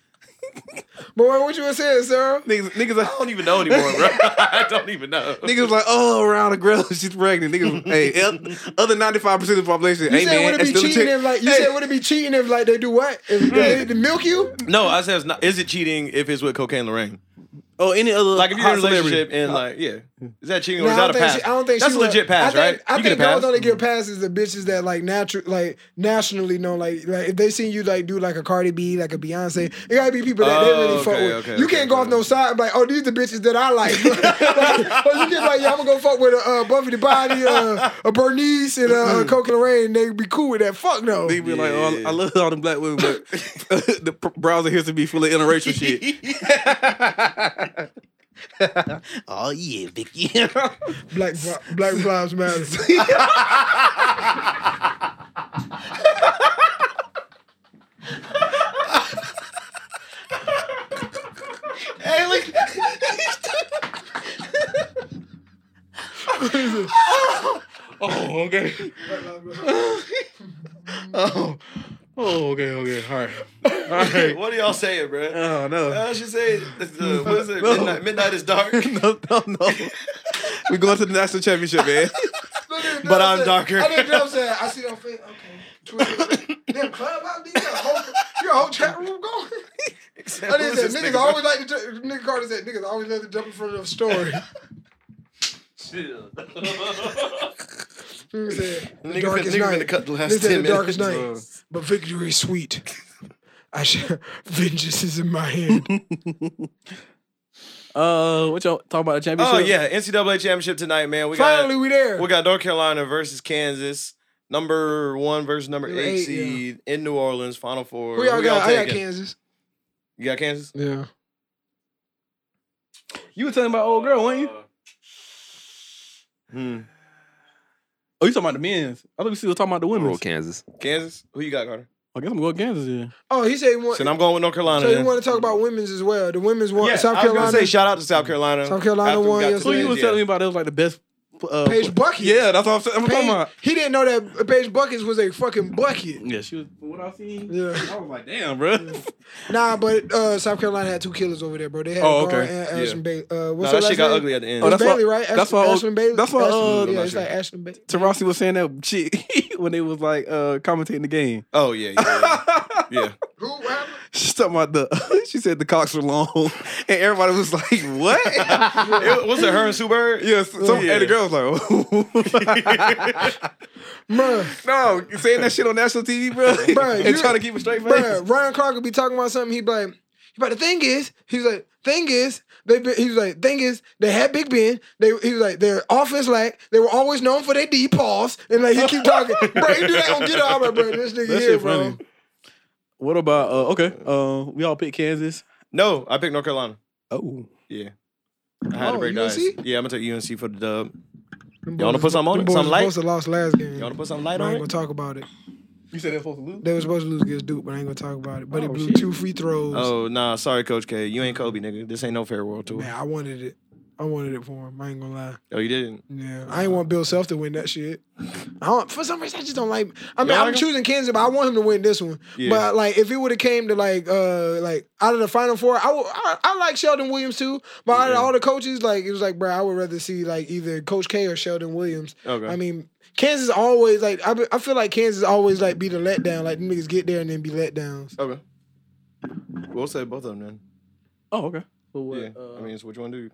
C: Boy, what you was saying, Sarah?
D: Niggas, niggas,
B: I don't even know anymore, bro. I don't even know.
D: Niggas was like, oh, around the grill, she's pregnant. Niggas, hey, el- other ninety five percent of the population,
C: You
D: hey
C: said
D: man,
C: would it
D: that's
C: be
D: still a
C: cheating
D: chick.
C: if like you
D: Hey,
C: said would it be cheating if like they do what? If they, they milk you?
B: No, I said it's not. Is it cheating if it's with Cocaine Lorraine?
D: oh, any other
B: Like if you're
D: hot
B: in a
D: celebrity.
B: relationship and like, yeah, is that cheating or
C: Hmm. No,
B: is
C: I
B: that
C: don't
B: a
C: think
B: pass?
C: she- I don't think
B: that's
C: she
B: a
C: would-
B: legit
C: I
B: pass,
C: think,
B: right?
C: I think
B: you get a pass.
C: those only get passes the bitches that like natural, like nationally know, like like if they seen you like do like a Cardi B, like a Beyonce, it gotta be people that they
B: Oh,
C: really fuck
B: okay,
C: with.
B: okay,
C: you
B: okay,
C: can't go off no side and be like, oh, these the bitches that I like. like or you get like, yeah, I'm gonna go fuck with a uh, Buffy the Body, uh, a Bernice, and uh,
B: Mm-hmm.
C: a Coca Lorraine. They be cool with that. Fuck no.
D: They be like, oh, I love all them black women, but the pr- browser here to be full of interracial shit. oh yeah, Vicky.
C: Black Bri- Black Lives Matter.
F: Oh, okay. oh. Oh, okay, okay. All right. All right.
B: What are y'all saying, bro?
F: Oh, no.
B: I should say, it's, uh, what is it? Midnight, midnight is dark.
F: No, no, no. We're going to the national championship, man.
B: But I'm darker.
C: I didn't know what I'm saying. I see your face. Okay. Twitter. Damn, Clubhouse, you got a whole, you got a whole chat room going? I didn't say, niggas always like to, ju- nigga Carter said, niggas always like to jump in front of the story. Nigga said, the
B: Nigga been,
C: darkest
B: nigga been to
C: night.
B: cut the
C: They
B: last
C: said
B: 10
C: the darkest
B: minutes. Uh.
C: night, but victory is sweet. I shall, vengeance is in my hand.
D: Uh, what y'all talking about the championship?
B: Oh, yeah. NCAA championship tonight, man. We got,
C: Finally, we there.
B: we got North Carolina versus Kansas. Number one versus number
C: Number
B: eight
C: eight,
B: seed in New Orleans, Final Four.
C: Who y'all
B: Who
C: got? I got
B: taking?
C: Kansas.
B: You got Kansas?
C: Yeah.
D: You were talking about old girl, weren't you?
B: Hmm.
D: Oh, you talking about the men's? I thought we still talking about the
E: Roll
D: women's.
E: Kansas.
B: Kansas? Who you got, Carter?
D: I guess I'm going Kansas. Yeah.
C: Oh, he said he want,
B: So I'm going with North Carolina.
C: so you
B: then.
C: want to talk about women's as well. The women's won.
B: yeah,
C: South
B: I was gonna
C: Carolina.
B: say shout out to South Carolina.
C: South Carolina
B: After we
C: won
B: got to
D: Who
C: yesterday.
B: the
D: you was
B: end,
D: telling me
B: yeah.
D: about? That was like the best. Uh,
C: Paige
D: pl-
C: Buckets.
D: Yeah, that's what I'm, saying. I'm talking
C: Paige,
D: about.
C: he didn't know that Paige Buckets was a fucking bucket.
D: Yeah, she was. What I seen.
C: Yeah.
D: I was like, damn, bro.
C: Nah, but uh, South Carolina had two killers over there, bro. They had
D: Oh,
C: Gar
D: okay.
C: and
B: Yeah.
C: Ashton Bailey. Uh,
B: Nah,
C: what's her
B: that
C: last
B: shit got
C: name?
B: ugly at the end.
D: Oh,
C: It's
D: that's why-
C: Bailey, right?
D: that's why-
C: Ashton Bailey.
D: that's why, uh,
C: Ashton-
B: I'm
C: yeah,
B: not
C: it's
B: sure.
C: like Ashton Bailey.
D: Tarasi was saying that shit when they was like uh, commentating the game.
B: Oh yeah, yeah, yeah.
C: Who? What happened?
D: She's talking about the. She said the cocks were long, and everybody was like, "What?"
B: yeah. It- was it her and Sue Bird?
D: yeah, some, and the girl was like,
C: Bruh,
D: "No, saying that shit on national TV, bro,
C: Bruh,
D: and
C: you-
D: trying to keep a straight face."
C: bruh, Ryan Clark would be talking about something. He'd be like, but the thing is, he's like, thing is, they been, he was like, thing is, they had Big Ben. They he was like, their offense lack. They were always known for their deep paws, and like he keep talking, bro. You do that on get out, bro. This
D: That
C: nigga here,
D: shit
C: bro.
D: funny. What about uh, okay? Uh, we all pick Kansas.
B: No, I picked North Carolina.
D: Oh,
B: Yeah, I had
C: Oh,
B: to break the ice.
C: UNC?
B: Yeah, I'm gonna take UNC for the dub.
C: Them
B: Y'all wanna
C: boys-
B: put something on
C: them
B: it?
C: boys were
B: Something light?
C: Supposed to lost last game.
B: You want to put something light
C: I
B: on
C: ain't
B: it?
C: gonna talk about it.
D: you said they're supposed to lose.
C: They were supposed to lose against Duke, but I ain't gonna talk about it. But he
D: Oh,
C: blew
D: shit.
C: two free throws.
B: Oh nah, sorry, Coach K. You ain't Kobe, nigga. This ain't no fair world tour.
C: Man, I wanted it. I wanted it for him. I ain't gonna lie.
B: Oh, you didn't.
C: Yeah,
D: Uh-huh.
C: I ain't want Bill Self to win that shit. I don't, for some reason, I just don't like. I mean, I'm
B: don't like him?
C: choosing Kansas, but I want him to win this one.
B: Yeah.
C: But like, if it would have came to like, uh, like out of the final four, I would. I, I like Sheldon Williams too. But out of all the coaches, like it was like, bro, I would rather see like either Coach K or Sheldon Williams.
B: Okay.
C: I mean, Kansas always like. I, be- I feel like Kansas always like be the letdown. Like them niggas get there and then be letdowns.
B: Okay. We'll say both of them then.
D: Oh, okay. So what, uh?
B: yeah. I mean, it's what you want to do.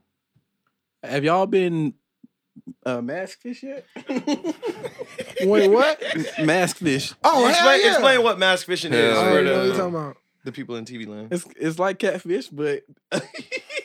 D: have y'all been uh, mask fish yet?
C: Wait, what?
D: mask fish.
C: Oh, hell
B: explain,
C: yeah.
B: explain what mask fishing is
C: I
B: for
C: already know what you're
B: the,
C: talking about.
B: the people in TV land.
D: It's it's like catfish, but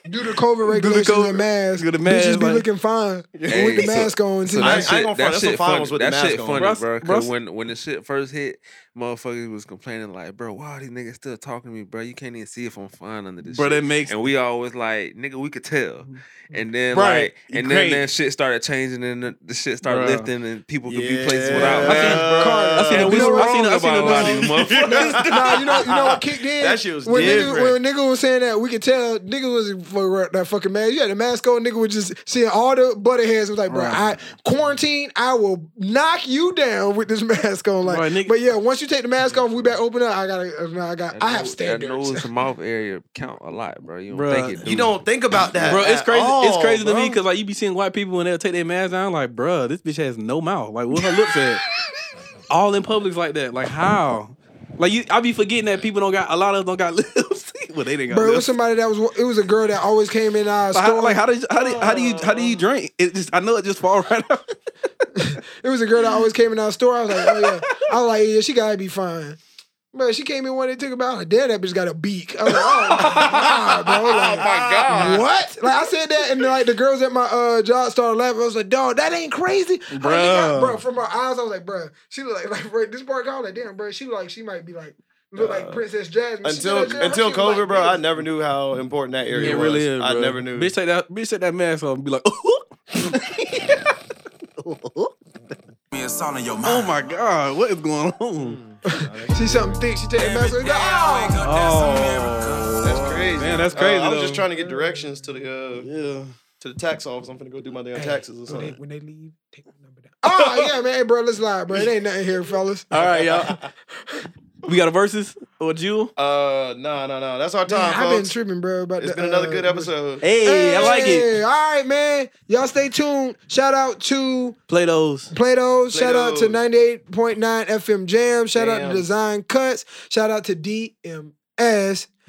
C: Due to COVID regulations
D: COVID-
C: and masks,
D: due to
C: bitches
D: masks,
C: be
D: like-
C: looking fine with the
E: so-
C: mask on.
E: So
C: too.
B: I-
E: that
B: I ain't gonna front,
E: shit, that
B: that's
E: shit
B: what finals
E: funny.
B: with the
E: that
B: mask
E: shit
B: on.
E: funny,
D: Russ-
E: bro. Cause
D: Russ-
E: when when the shit first hit, motherfuckers was complaining like, bro, why these niggas still talking to me, bro? You can't even see if I'm fine under this.
F: Bro,
E: shit.
F: that makes-
E: and we always like, nigga, we could tell.
C: Mm-hmm.
E: And then
F: Right.
E: like, and
F: Great.
E: then that shit started changing, and the, the shit started
D: Bruh.
E: lifting, and people could be places
B: Yeah.
E: without
B: I seen-
E: masks.
D: I seen
E: And
D: a
E: we
D: whistle-
E: were
D: I seen
E: wrong
D: a- I seen
E: about a
D: a
E: lot of these motherfuckers.
C: nah, you know, you know what kicked in?
B: That shit was
C: when nigga,
B: different.
C: when nigga was saying that, we could tell nigga was for that fucking mask. You had the mask on, nigga was just seeing all the butterheads. Was like, bro, I quarantine, I will knock you down with this mask on. Like,
D: Right, nigga.
C: but yeah, once you take the mask off, we back open up. I gotta, uh, nah, I got, I have
E: That nose
C: standards.
E: and mouth area count a lot, bro. You don't
D: Bruh.
E: think it do.
B: You don't think about that,
D: bro, it's
B: at
D: crazy. it's
B: all,
D: crazy to me
B: bro.
D: because like you be seeing white people and they'll take their mask down. Like, bro, this bitch has no mouth. Like, what her lips at? All in public's like that. Like, how? Like you, I be forgetting that people don't got a lot of them don't got lips. well, they didn't got
C: Bro, it was
D: lips.
C: somebody that was. It was a girl that always came in our
D: But
C: store.
D: how, like how did how do how do you how do you drink? It just I know it just fall right out.
C: It was a girl that always came in our store. I was like, oh yeah. I was like, yeah, she gotta be fine. But she came in one day and took about. I was like, damn, that bitch got a beak. I was like, oh my god, bro. Like,
B: Oh,
E: God.
C: What? Like I said that, and like the girls at my uh, job started laughing. I was like, dog, that ain't crazy, How they got-
D: Bruh.
C: bro. From her eyes, I was like, bro, she look like like bro, this part. I was like, damn, bro, she look like she might be like look like Princess Jasmine She
B: Until
C: look like- her
B: until
C: shit was
B: COVID,
C: like
B: bro, I
C: this.
B: never knew how important that area
D: It
B: was.
D: really is.
B: I
D: bro.
B: never knew.
D: Bitch, take that bitch take that mask off and be like, oh my god, what is going on?
C: She something thick. She take the mask. off. She's like, oh.
D: Oh,
B: that's crazy.
D: Man, that's crazy,
B: Uh, I was just
D: though.
B: trying to get directions to the uh, to the tax office. I'm gonna go do my damn taxes or
C: When they,
B: something.
C: when they leave, take my number down. Oh yeah, man, hey, bro, let's lie, bro. It ain't nothing here, fellas.
F: All right, y'all. We got a versus or a jewel.
B: Uh, no, no, no. That's our time,
C: I've been
B: folks.
C: tripping, bro. About
B: it's
C: the,
B: been another
C: uh,
B: good episode.
F: Hey, I like it.
C: Hey, All right, man. Y'all stay tuned. Shout out to
F: Play those.
C: Play-Doh. Shout out to
B: Play-Dohs.
C: 98.9 FM Jam. Shout out
B: Damn.
C: to Design Cuts. Shout out to DMS.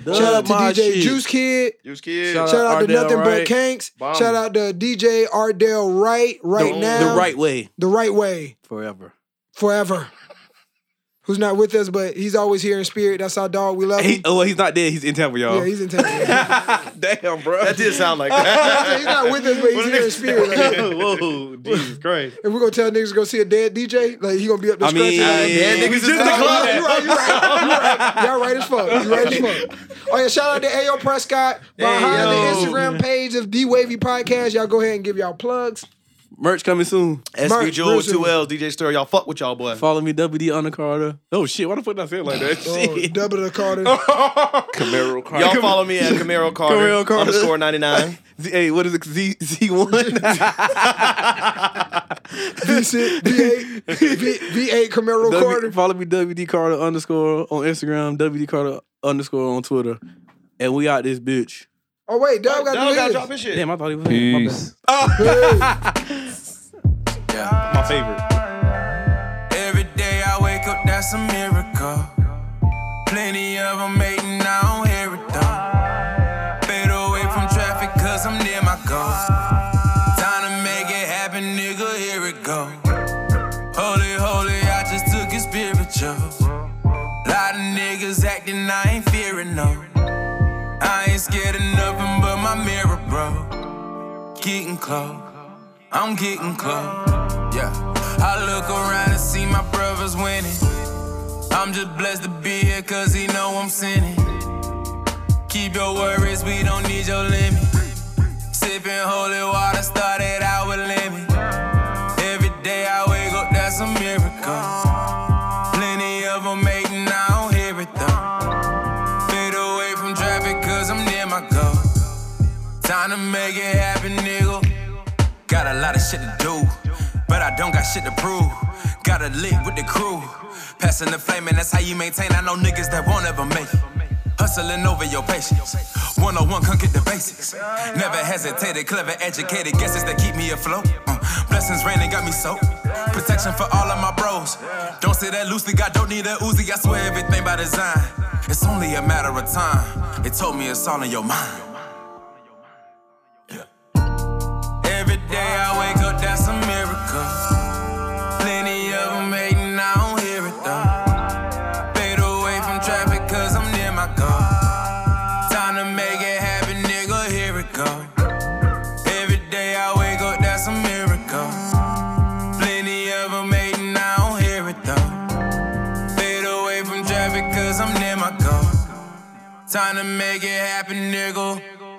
F: Dub
C: Shout out to
F: my
C: DJ
F: shit.
C: Juice Kid.
B: Juice Kid.
F: Shout
C: Shout out to
F: Ardell
C: Nothing But
F: Wright.
C: Kanks.
B: Bomb.
C: Shout out to DJ Ardell Wright right
F: the,
C: now.
F: the right way
C: The right way.
F: forever.
C: Forever. Who's not with us, but he's always here in spirit. That's our dog. We love
F: He,
C: him.
F: oh, well, he's not dead. He's in town with y'all.
C: Yeah, he's in Tampa.
F: Damn, bro.
B: That did sound like that.
C: he's not with us, but he's here in spirit. Like,
B: Whoa, Jesus Christ.
C: if we're gonna tell niggas to go see a dead DJ, like he gonna be up there
F: I mean,
C: scratching.
B: Yeah, niggas is
F: just
B: out.
F: the club.
C: you right, you right, you right. Y'all right as fuck. You right as fuck. Oh yeah, shout out to Ayo Prescott behind
B: Ayo.
C: the Instagram page of D Wavy Podcast. Y'all go ahead and give y'all plugs.
F: Merch coming soon.
B: SB
C: Merch,
B: Jewel,
C: Bruce.
B: 2 L, DJ Stir. Y'all fuck with y'all, boy.
F: Follow me, WD Undercarter. Oh shit, why the fuck did I say it like that?
C: Oh,
F: shit.
C: double the Carter.
E: Camaro car.
B: Y'all follow me at Camaro Carter,
F: Camaro Carter.
B: underscore 99.
F: Z- hey, what is it? Z Z one.
C: V6, V8, V- V8 Camaro Carter.
F: Follow me WD Carter underscore on Instagram. WD Carter underscore on Twitter. And we out this bitch.
C: Oh wait, Dub got
B: Y'all gotta
C: the
B: drop
C: drop
B: his shit.
F: Damn, I thought he was. my bad. Oh.
B: My favorite.
I: Every day I wake up, that's a miracle. Plenty of them mating, I don't hear it though. Fade away from traffic, cause I'm near my goal. Time to make it happen, nigga, here it go. Holy, holy, I just took it spiritual. Lot of niggas acting, I ain't fearing no. I ain't scared of nothing but my mirror, bro. Getting close. I'm getting close. Yeah. I look around and see my brothers winning. I'm just blessed to be here cause he know I'm sinning. Keep your worries, we don't need your limit. Sipping holy water, started out with lemon. Every day I wake up, that's a miracle. Plenty of them mating, I don't hear it though. Fade away from traffic cause I'm near my goal. Time to make it happen, nigga. Got a lot of shit to do, but I don't got shit to prove. Got to lit with the crew, passing the flame, and that's how you maintain. I know niggas that won't ever make it. Hustling over your patience. 101 come get the basics. Never hesitated, clever, educated guesses that keep me afloat. Mm, Blessings raining got me soaked. Protection for all of my bros. Don't say that loosely, God don't need a Uzi. I swear everything by design. It's only a matter of time. They told me it's all in your mind. Every day I wake up, that's a miracle. Plenty of them hating, I don't hear it though. Fade away from traffic, cause I'm near my goal. Time to make it happen, nigga, here it go. Every day I wake up, that's a miracle. Plenty of them hating, I don't hear it though. Fade away from traffic, cause I'm near my goal. Time to make it happen, nigga.